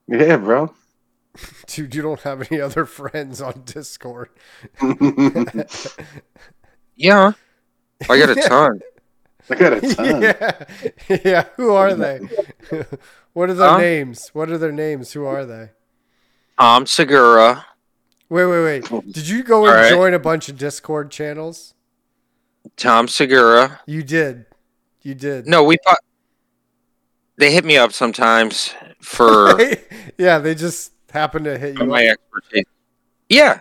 [SPEAKER 2] Yeah, bro. *laughs*
[SPEAKER 3] Dude, you don't have any other friends on Discord.
[SPEAKER 2] I
[SPEAKER 1] Yeah. I
[SPEAKER 3] *laughs*
[SPEAKER 1] got a ton.
[SPEAKER 2] got a ton.
[SPEAKER 3] yeah, yeah. Who are they? *laughs* what are their
[SPEAKER 1] Huh?
[SPEAKER 3] names? What are their names? Who are they?
[SPEAKER 1] Tom Segura.
[SPEAKER 3] Wait, wait, wait. Did you go
[SPEAKER 1] All
[SPEAKER 3] and
[SPEAKER 1] right.
[SPEAKER 3] join a bunch of Discord channels?
[SPEAKER 1] Tom Segura.
[SPEAKER 3] You did. You did.
[SPEAKER 1] No, we thought. They hit me up sometimes
[SPEAKER 2] *laughs*
[SPEAKER 1] for.
[SPEAKER 3] *laughs* yeah, they just happened to hit
[SPEAKER 1] for
[SPEAKER 3] you.
[SPEAKER 1] my
[SPEAKER 3] up.
[SPEAKER 1] expertise. Yeah,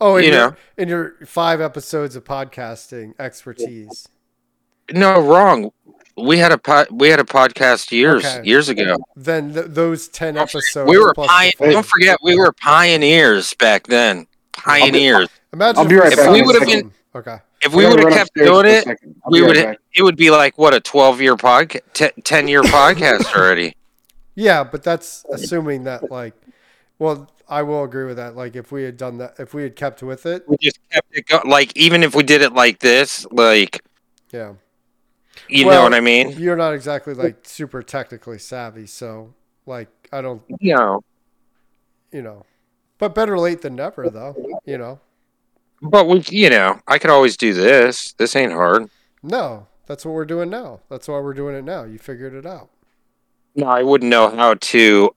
[SPEAKER 3] Oh, in
[SPEAKER 1] you
[SPEAKER 3] your,
[SPEAKER 1] know.
[SPEAKER 3] in your five episodes of podcasting expertise.
[SPEAKER 1] no, wrong. We had a po- we had a podcast years
[SPEAKER 3] Okay.
[SPEAKER 1] years ago.
[SPEAKER 3] Then th- those ten
[SPEAKER 1] Don't forget-
[SPEAKER 3] episodes.
[SPEAKER 1] we were
[SPEAKER 3] plus
[SPEAKER 1] pioneers.
[SPEAKER 3] the five.
[SPEAKER 1] Don't forget, we were pioneers back then. Pioneers.
[SPEAKER 3] Imagine
[SPEAKER 2] I'll be right
[SPEAKER 3] we
[SPEAKER 1] back
[SPEAKER 3] saw
[SPEAKER 1] in a
[SPEAKER 3] this
[SPEAKER 1] second.
[SPEAKER 3] one. okay.
[SPEAKER 1] If
[SPEAKER 2] I
[SPEAKER 1] we
[SPEAKER 2] gotta
[SPEAKER 1] would have
[SPEAKER 2] run
[SPEAKER 1] kept
[SPEAKER 2] upstairs
[SPEAKER 1] doing
[SPEAKER 2] for a
[SPEAKER 1] it,
[SPEAKER 2] second. I'll
[SPEAKER 1] we Uh,
[SPEAKER 2] be right
[SPEAKER 1] would
[SPEAKER 2] back.
[SPEAKER 1] it would be like what a twelve year podcast, te- ten
[SPEAKER 2] *laughs*
[SPEAKER 1] year podcast already.
[SPEAKER 3] Yeah, *laughs* but that's assuming that like, well, I will agree with that. Like, if we had done that, if we had kept with it,
[SPEAKER 1] We just kept it go- like even if we did it like this, like
[SPEAKER 3] yeah,
[SPEAKER 1] you know
[SPEAKER 3] Well,
[SPEAKER 1] what I mean.
[SPEAKER 3] you're not exactly like super technically savvy, so like, I don't,
[SPEAKER 1] You know,
[SPEAKER 3] you know, but better late than never, though. You know,
[SPEAKER 1] but we, you know, I could always do this. This ain't hard.
[SPEAKER 3] no, that's what we're doing now. That's why we're doing it now. You figured it out.
[SPEAKER 1] No, I wouldn't know how to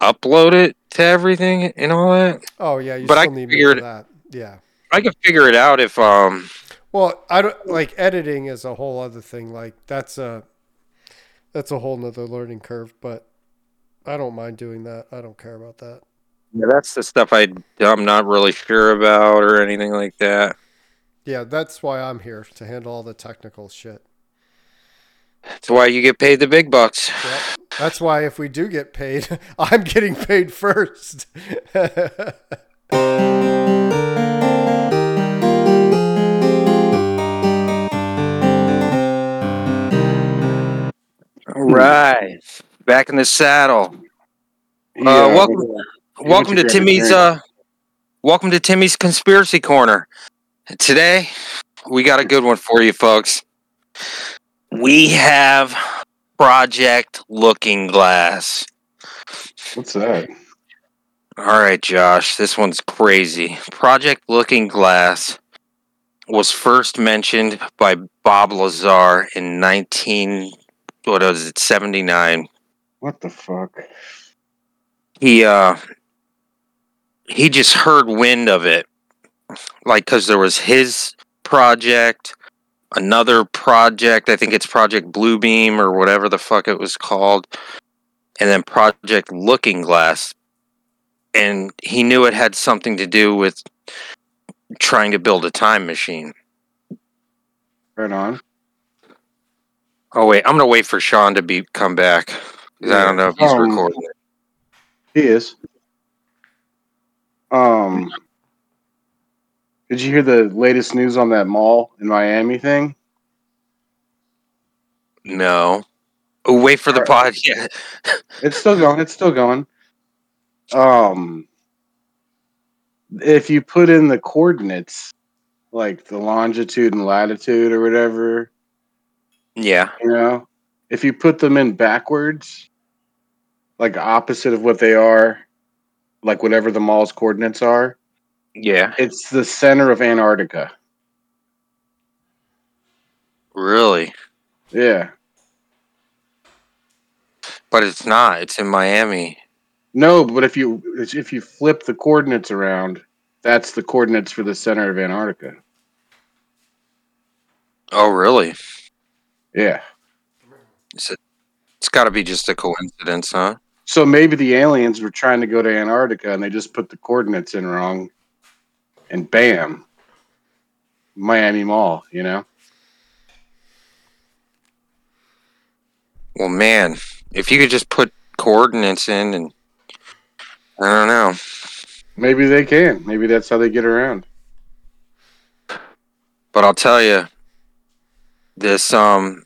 [SPEAKER 1] upload it to everything and all that.
[SPEAKER 3] Oh yeah, you
[SPEAKER 1] But I
[SPEAKER 3] still need me for
[SPEAKER 1] figured-
[SPEAKER 3] that. Yeah.
[SPEAKER 1] I could figure it out if um
[SPEAKER 3] Well, I don't
[SPEAKER 1] Oh.
[SPEAKER 3] like editing is a whole other thing. Like that's a that's a whole nother learning curve, but I don't mind doing that. I don't care about that.
[SPEAKER 1] yeah, that's the stuff I I'm not really sure about or anything like that.
[SPEAKER 3] Yeah, that's why I'm here to handle all the technical shit.
[SPEAKER 1] That's why you get paid the big bucks.
[SPEAKER 3] Yep. That's why if we do get paid, *laughs* I'm getting paid first. *laughs*
[SPEAKER 1] All right. Back in the saddle. Uh, welcome,
[SPEAKER 2] you
[SPEAKER 1] welcome to
[SPEAKER 2] grab a
[SPEAKER 1] Timmy's.
[SPEAKER 2] drink.
[SPEAKER 1] Uh, welcome to Timmy's conspiracy corner. Today, we got a good one for you, folks. We have Project Looking Glass.
[SPEAKER 2] What's that?
[SPEAKER 1] All right, Josh, this one's crazy. Project Looking Glass was first mentioned by Bob Lazar in 19 what was it 79
[SPEAKER 2] What the fuck?
[SPEAKER 1] he uh he just heard wind of it like because there was his project another project i think it's project bluebeam or whatever the fuck it was called and then project looking glass and he knew it had something to do with trying to build a time machine
[SPEAKER 2] Right on.
[SPEAKER 1] oh wait i'm gonna wait for sean to be come back 'cause i don't know if he's
[SPEAKER 2] Um,
[SPEAKER 1] recording it.
[SPEAKER 2] He is. Um, did you hear the latest news on that mall in Miami thing?
[SPEAKER 1] no Oh, wait for the pod yeah
[SPEAKER 2] It's still going. It's still going. Um, if you put in the coordinates, like the longitude and latitude or whatever,
[SPEAKER 1] yeah
[SPEAKER 2] you know, if you put them in backwards, like opposite of what they are, like whatever the mall's coordinates are,
[SPEAKER 1] yeah
[SPEAKER 2] it's the center of Antarctica.
[SPEAKER 1] really
[SPEAKER 2] Yeah.
[SPEAKER 1] But it's not. It's in Miami.
[SPEAKER 2] No, but if you if you flip the coordinates around, that's the coordinates for the center of Antarctica.
[SPEAKER 1] Oh, really?
[SPEAKER 2] Yeah.
[SPEAKER 1] It's got to be just a coincidence, huh?
[SPEAKER 2] So maybe the aliens were trying to go to Antarctica and they just put the coordinates in wrong, and bam, Miami Mall. You know,
[SPEAKER 1] Well, man, if you could just put coordinates in and I don't know.
[SPEAKER 2] maybe they can. Maybe that's how they get around.
[SPEAKER 1] But I'll tell you, this um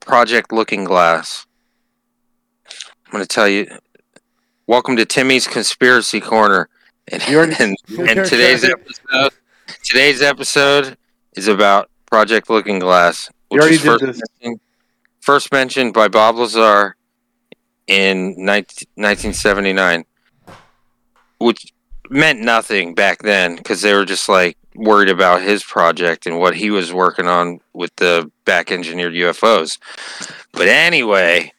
[SPEAKER 1] project Looking Glass. I'm gonna tell you. Welcome to Timmy's Conspiracy Corner, and
[SPEAKER 2] You already-
[SPEAKER 1] *laughs* and,
[SPEAKER 2] *laughs*
[SPEAKER 1] and today's episode. Today's episode is about Project Looking Glass,
[SPEAKER 2] You
[SPEAKER 1] which
[SPEAKER 2] already
[SPEAKER 1] was
[SPEAKER 2] did
[SPEAKER 1] first
[SPEAKER 2] this.
[SPEAKER 1] mentioned, first mentioned by Bob Lazar in 19, 1979, which meant nothing back then because they were just like worried about his project and what he was working on with the back engineered UFOs. But anyway,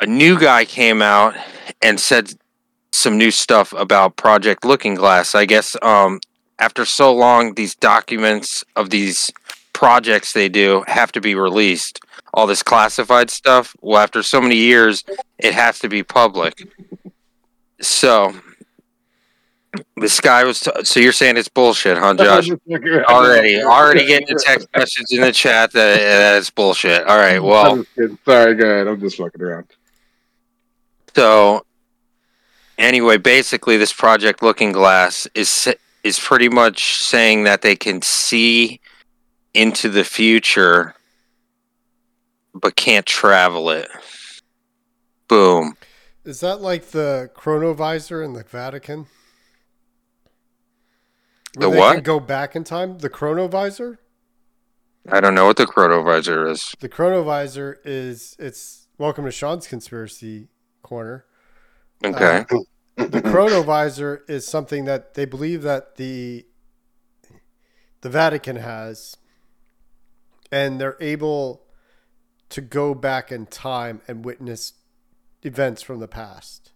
[SPEAKER 1] a new guy came out and said some new stuff about Project Looking Glass. I guess um, after so long, these documents of these projects they do have to be released. All this classified stuff. Well, after so many years, it has to be public. So this guy was. T- so you're saying it's bullshit, huh, Josh? Already,
[SPEAKER 2] *laughs*
[SPEAKER 1] already getting a text message in the chat that uh, that's bullshit. All right, well,
[SPEAKER 2] I'm just kidding. sorry, go ahead. I'm just fucking around.
[SPEAKER 1] So, anyway, basically, this project Looking Glass is is pretty much saying that they can see into the future, but can't travel it. Boom.
[SPEAKER 3] Is that like the chronovisor in the Vatican?
[SPEAKER 1] The
[SPEAKER 3] they
[SPEAKER 1] what?
[SPEAKER 3] Can go back in time. The chronovisor.
[SPEAKER 1] I don't know what the chronovisor is.
[SPEAKER 3] The chronovisor is it's welcome to Sean's conspiracy corner.
[SPEAKER 1] Okay.
[SPEAKER 3] Uh, The chronovisor *laughs* is something that they believe that the the Vatican has, and they're able to go back in time and witness events from the past.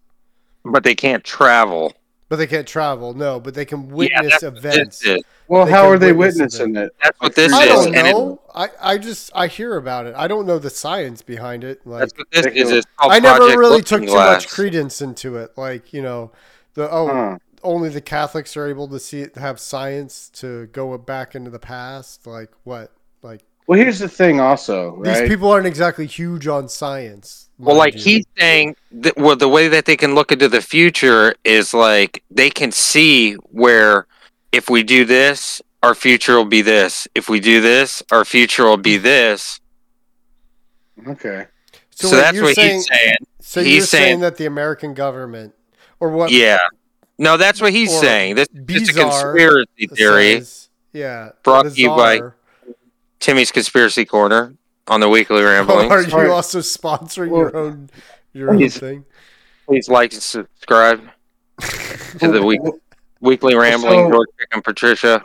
[SPEAKER 1] but they can't travel.
[SPEAKER 3] But they can't travel, no. But they can witness events.
[SPEAKER 1] This is,
[SPEAKER 2] Well,
[SPEAKER 3] They
[SPEAKER 2] how
[SPEAKER 3] can
[SPEAKER 2] are they
[SPEAKER 3] witness
[SPEAKER 2] witnessing it?
[SPEAKER 1] that's what this
[SPEAKER 3] I
[SPEAKER 1] is,
[SPEAKER 3] don't
[SPEAKER 1] and it,
[SPEAKER 3] know. I, I just I hear about it. I don't know the science behind it. Like
[SPEAKER 1] that's what this is. It's called
[SPEAKER 3] I never
[SPEAKER 1] Project
[SPEAKER 3] really
[SPEAKER 1] Looking
[SPEAKER 3] took
[SPEAKER 1] Glass.
[SPEAKER 3] too much credence into it. Like you know, the oh
[SPEAKER 1] Hmm.
[SPEAKER 2] Huh.
[SPEAKER 3] only the Catholics are able to see it, have science to go back into the past. Like what? Like
[SPEAKER 2] Well, here's the thing, also, right?
[SPEAKER 3] these people aren't exactly huge on science.
[SPEAKER 1] Well,
[SPEAKER 3] mind
[SPEAKER 1] like
[SPEAKER 3] you.
[SPEAKER 1] he's saying, that, well, the way that they can look into the future is like they can see where if we do this, our future will be this. If we do this, our future will be this.
[SPEAKER 2] okay.
[SPEAKER 1] So,
[SPEAKER 3] wait,
[SPEAKER 1] that's
[SPEAKER 3] you're
[SPEAKER 1] what
[SPEAKER 3] saying,
[SPEAKER 1] he's saying.
[SPEAKER 3] So
[SPEAKER 1] He's
[SPEAKER 3] you're saying,
[SPEAKER 1] saying-
[SPEAKER 3] that the American government, or what?
[SPEAKER 1] Yeah. No, that's what he's
[SPEAKER 3] Or
[SPEAKER 1] saying. This it's a
[SPEAKER 3] bizarre
[SPEAKER 1] conspiracy theory.
[SPEAKER 3] says- yeah.
[SPEAKER 1] Brought
[SPEAKER 3] the
[SPEAKER 1] to you by-
[SPEAKER 3] *laughs* czar-
[SPEAKER 1] Timmy's conspiracy corner on the weekly
[SPEAKER 3] Oh,
[SPEAKER 1] rambling.
[SPEAKER 3] are you
[SPEAKER 2] Sorry.
[SPEAKER 3] also sponsoring your
[SPEAKER 2] Well-
[SPEAKER 3] own your own
[SPEAKER 1] He's-
[SPEAKER 3] thing?
[SPEAKER 1] Please like and subscribe to
[SPEAKER 3] *laughs*
[SPEAKER 1] the week, weekly rambling.
[SPEAKER 2] So-
[SPEAKER 1] George Pick and Patricia.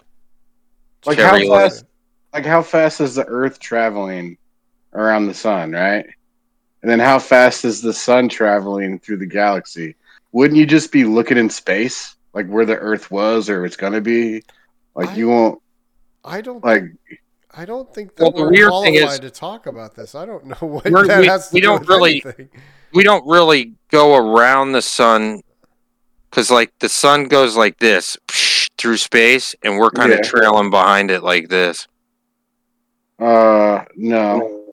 [SPEAKER 2] Like how
[SPEAKER 1] Jerry Lewis.
[SPEAKER 2] fast? Like how fast is the Earth traveling around the sun, right? And then how fast is the sun traveling through the galaxy? Wouldn't you just be looking in space, like where the Earth was or it's gonna be? Like
[SPEAKER 3] I-
[SPEAKER 2] you won't
[SPEAKER 3] I don't.
[SPEAKER 2] like.
[SPEAKER 3] I don't think
[SPEAKER 1] Well,
[SPEAKER 3] that
[SPEAKER 1] the
[SPEAKER 3] we're
[SPEAKER 1] weird
[SPEAKER 3] qualified
[SPEAKER 1] thing is-
[SPEAKER 3] to talk about this. I don't know *laughs* what
[SPEAKER 1] We're-
[SPEAKER 3] that
[SPEAKER 1] we-
[SPEAKER 3] has to
[SPEAKER 1] we
[SPEAKER 3] do
[SPEAKER 1] don't
[SPEAKER 3] with
[SPEAKER 1] really-
[SPEAKER 3] anything.
[SPEAKER 1] we don't really go around the sun because like the sun goes like this psh, through space and we're kind of
[SPEAKER 2] Yeah.
[SPEAKER 1] trailing behind it like this
[SPEAKER 2] Uh, no.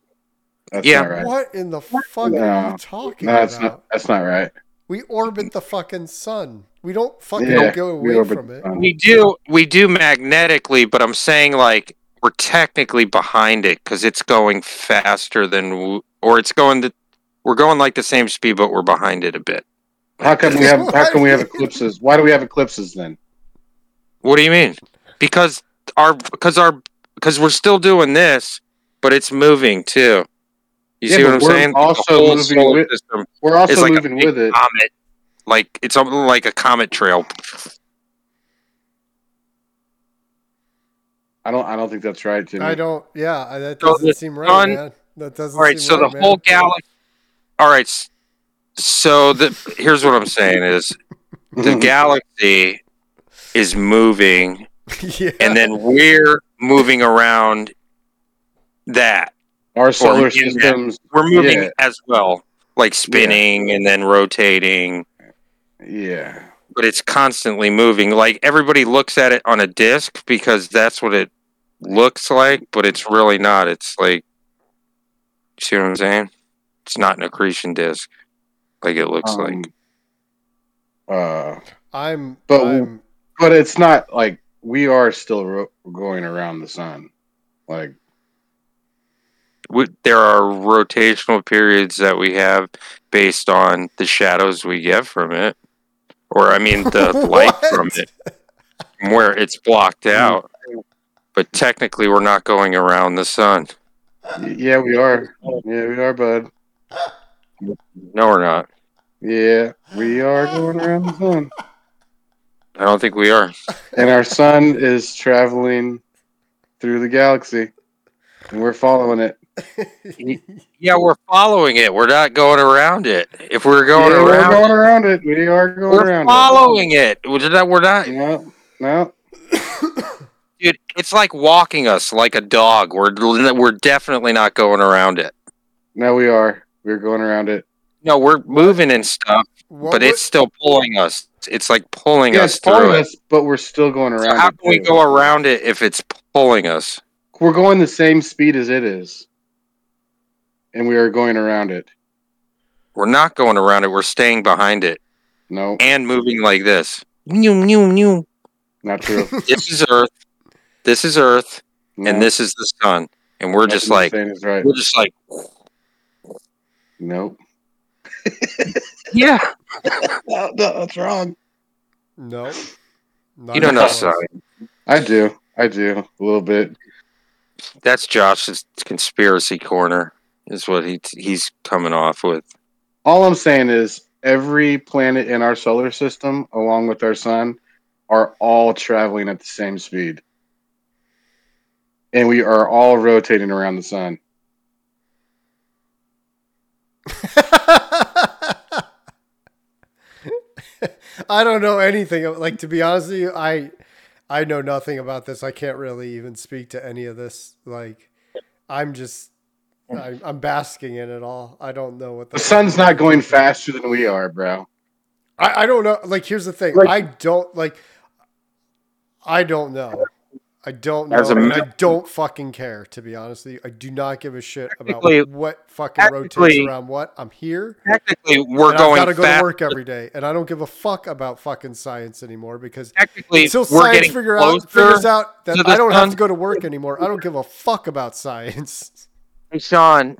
[SPEAKER 2] That's
[SPEAKER 1] Yeah.
[SPEAKER 2] not right.
[SPEAKER 3] What in the fuck are
[SPEAKER 2] No.
[SPEAKER 3] you talking
[SPEAKER 2] No, that's
[SPEAKER 3] about?
[SPEAKER 2] not. That's not right.
[SPEAKER 3] We orbit the fucking sun. We don't fucking
[SPEAKER 2] Yeah,
[SPEAKER 3] go
[SPEAKER 2] we
[SPEAKER 3] away
[SPEAKER 2] orbit
[SPEAKER 3] from
[SPEAKER 2] the
[SPEAKER 3] it.
[SPEAKER 2] sun.
[SPEAKER 1] we do we do magnetically but i'm saying like we're technically behind it because it's going faster than w- or it's going the we're going like the same speed but we're behind it a bit
[SPEAKER 2] How come we have? How
[SPEAKER 3] *laughs*
[SPEAKER 2] come we have eclipses? Why do we have eclipses then?
[SPEAKER 1] what do you mean because our because our because we're still doing this but it's moving too you
[SPEAKER 2] Yeah,
[SPEAKER 1] see
[SPEAKER 2] but
[SPEAKER 1] what i'm
[SPEAKER 2] we're
[SPEAKER 1] saying The
[SPEAKER 2] also
[SPEAKER 1] whole
[SPEAKER 2] moving
[SPEAKER 1] solar
[SPEAKER 2] with-
[SPEAKER 1] system
[SPEAKER 2] We're also
[SPEAKER 1] It's like a
[SPEAKER 2] moving
[SPEAKER 1] big
[SPEAKER 2] with it.
[SPEAKER 1] comet. Like it's something like a comet trail.
[SPEAKER 2] I don't. I don't think that's right, Jimmy. *laughs*
[SPEAKER 3] I don't. Yeah, I- that
[SPEAKER 1] So
[SPEAKER 3] doesn't
[SPEAKER 1] the
[SPEAKER 3] seem right,
[SPEAKER 1] sun-
[SPEAKER 3] man. That doesn't.
[SPEAKER 1] All right,
[SPEAKER 3] seem
[SPEAKER 1] so
[SPEAKER 3] right,
[SPEAKER 1] the
[SPEAKER 3] man.
[SPEAKER 1] whole galaxy. All right, s- so the here's what I'm saying is *laughs* the galaxy is moving,
[SPEAKER 3] *laughs* yeah.
[SPEAKER 1] and then we're moving around that.
[SPEAKER 2] Our solar
[SPEAKER 1] in that-
[SPEAKER 2] systems.
[SPEAKER 1] We're moving
[SPEAKER 2] Yeah.
[SPEAKER 1] as well, like spinning and then rotating,
[SPEAKER 2] Yeah.
[SPEAKER 1] but it's constantly moving. Like everybody looks at it on a disc because that's what it looks like, but it's really not. It's like, see what I'm saying? It's not an accretion disc, like it looks like.
[SPEAKER 2] um, Uh,
[SPEAKER 3] I'm.
[SPEAKER 2] But-
[SPEAKER 3] I'm
[SPEAKER 2] but it's not like we are still ro- going around the sun. Like
[SPEAKER 1] we, there are rotational periods that we have based on the shadows we get from it, or I mean, the light from
[SPEAKER 3] What?
[SPEAKER 1] it, from where it's blocked out. But technically, we're not going around the sun.
[SPEAKER 2] y- yeah, we are. Yeah, we are, bud.
[SPEAKER 1] No, we're not.
[SPEAKER 2] Yeah, we are going around the sun,
[SPEAKER 1] I don't think we are.
[SPEAKER 2] and our sun is traveling through the galaxy, and we're following it.
[SPEAKER 1] Yeah, we're following it. We're not going around it. If we're going
[SPEAKER 2] Yeah,
[SPEAKER 1] around,
[SPEAKER 2] We're going around it. We are going
[SPEAKER 1] we're
[SPEAKER 2] around
[SPEAKER 1] following it. We're not, we're not,
[SPEAKER 2] it. No, no.
[SPEAKER 1] dude. It's like walking us like a dog. We're we're definitely not going around it.
[SPEAKER 2] No, we are. We're going around it.
[SPEAKER 1] No, we're moving and stuff,
[SPEAKER 3] *laughs* What
[SPEAKER 1] but
[SPEAKER 3] would-
[SPEAKER 1] it's still pulling us. It's like pulling
[SPEAKER 2] Yeah,
[SPEAKER 1] us
[SPEAKER 2] it's
[SPEAKER 1] through
[SPEAKER 2] following
[SPEAKER 1] it.
[SPEAKER 2] us, but we're still going around.
[SPEAKER 1] So how
[SPEAKER 2] it,
[SPEAKER 1] can we
[SPEAKER 2] too.
[SPEAKER 1] go around it if it's pulling us?
[SPEAKER 2] We're going the same speed as it is, and we are going around it.
[SPEAKER 1] We're not going around it. We're staying behind it
[SPEAKER 2] No,
[SPEAKER 1] and moving like this. New, new, new.
[SPEAKER 2] not
[SPEAKER 1] *laughs*
[SPEAKER 2] true.
[SPEAKER 1] This is Earth. This is Earth,
[SPEAKER 2] No,
[SPEAKER 1] and this is the sun. And we're
[SPEAKER 2] nothing
[SPEAKER 1] just
[SPEAKER 2] you're
[SPEAKER 1] like
[SPEAKER 2] saying is right.
[SPEAKER 1] we're just like
[SPEAKER 2] Nope.
[SPEAKER 1] yeah.
[SPEAKER 2] No, no, that's wrong.
[SPEAKER 3] no. Not
[SPEAKER 1] You don't know
[SPEAKER 3] at all.
[SPEAKER 1] science.
[SPEAKER 2] I do. I do a little bit.
[SPEAKER 1] That's Josh's conspiracy corner. Is what he he's coming off with.
[SPEAKER 2] All I'm saying is every planet in our solar system, along with our sun, are all traveling at the same speed. And we are all rotating
[SPEAKER 3] *laughs*
[SPEAKER 2] around the sun.
[SPEAKER 3] I don't know anything. of- Like to be honest with you, I I know nothing about this. I can't really even speak to any of this. Like I'm just I, I'm basking in it all. I don't know what
[SPEAKER 2] The sun's not going faster than we are, bro.
[SPEAKER 3] I, I don't know. Like, here's the thing.
[SPEAKER 2] Like-
[SPEAKER 3] I don't like. I don't know. I don't know.
[SPEAKER 1] As a
[SPEAKER 3] and
[SPEAKER 1] ma-
[SPEAKER 3] I don't fucking care. To be honest with you, I do not give a shit about
[SPEAKER 1] Technically-
[SPEAKER 3] what fucking rotates
[SPEAKER 1] technically-
[SPEAKER 3] around what. I'm here.
[SPEAKER 1] Technically, we're
[SPEAKER 3] and I've
[SPEAKER 1] going
[SPEAKER 3] gotta go to
[SPEAKER 1] fast.
[SPEAKER 3] work every day, and I don't give a fuck about fucking science anymore because
[SPEAKER 1] Technically,
[SPEAKER 3] until
[SPEAKER 1] we're
[SPEAKER 3] science
[SPEAKER 1] getting
[SPEAKER 3] figure
[SPEAKER 1] closer.
[SPEAKER 3] out, figures out that
[SPEAKER 1] to the
[SPEAKER 3] I don't have
[SPEAKER 1] sun.
[SPEAKER 3] to go to work anymore, I don't give a fuck about science. *laughs*
[SPEAKER 1] Hey, Sean,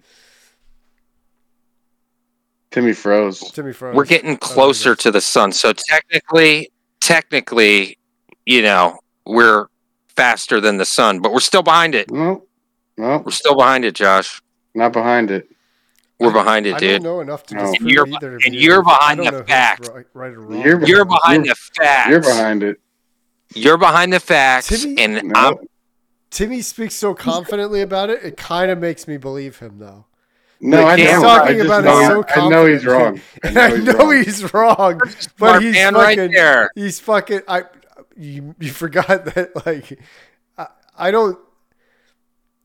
[SPEAKER 2] Timmy froze.
[SPEAKER 3] Timmy Frost.
[SPEAKER 1] we're getting closer to the sun. So technically, technically, you know, we're faster than the sun, but we're still behind it.
[SPEAKER 2] No, no,
[SPEAKER 1] We're still behind it, Josh.
[SPEAKER 2] not behind it.
[SPEAKER 1] We're behind it,
[SPEAKER 3] I don't
[SPEAKER 1] dude.
[SPEAKER 3] know enough to
[SPEAKER 2] No.
[SPEAKER 3] disprove
[SPEAKER 1] You're-
[SPEAKER 3] either of
[SPEAKER 1] and
[SPEAKER 3] you.
[SPEAKER 1] you're
[SPEAKER 3] I
[SPEAKER 1] behind
[SPEAKER 3] don't
[SPEAKER 1] the
[SPEAKER 3] know who's
[SPEAKER 1] facts.
[SPEAKER 3] right, right or wrong.
[SPEAKER 2] You're-
[SPEAKER 1] You're behind
[SPEAKER 2] You're-
[SPEAKER 1] the facts.
[SPEAKER 2] You're behind it.
[SPEAKER 1] You're behind the facts,
[SPEAKER 3] Timmy-
[SPEAKER 1] and
[SPEAKER 2] No.
[SPEAKER 1] I'm
[SPEAKER 3] Timmy speaks so confidently about it, it kind of makes me believe him, though.
[SPEAKER 2] No, I
[SPEAKER 1] He's
[SPEAKER 2] know.
[SPEAKER 1] talking
[SPEAKER 2] I, just
[SPEAKER 1] about it
[SPEAKER 2] know,
[SPEAKER 3] so
[SPEAKER 2] I know he's wrong.
[SPEAKER 3] confidently. And I know
[SPEAKER 2] wrong.
[SPEAKER 3] he's wrong, but
[SPEAKER 1] smart
[SPEAKER 3] he's
[SPEAKER 1] man
[SPEAKER 3] fucking.
[SPEAKER 1] right there.
[SPEAKER 3] He's fucking. I. You, you forgot *laughs* that like, I, I don't.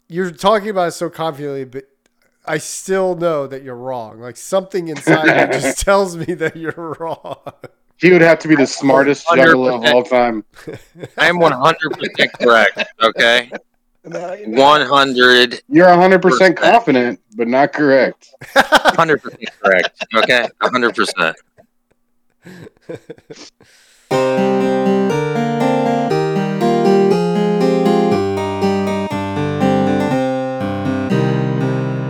[SPEAKER 3] You're talking about it so confidently, but I still know that you're wrong. Like something inside me just *laughs* tells me that you're wrong.
[SPEAKER 2] He would have to be the smartest juggler of all time.
[SPEAKER 1] I am 100% correct.
[SPEAKER 3] *laughs*
[SPEAKER 1] Okay, 100
[SPEAKER 2] You're 100% confident, but not correct.
[SPEAKER 1] hundred percent correct. Okay, hundred percent.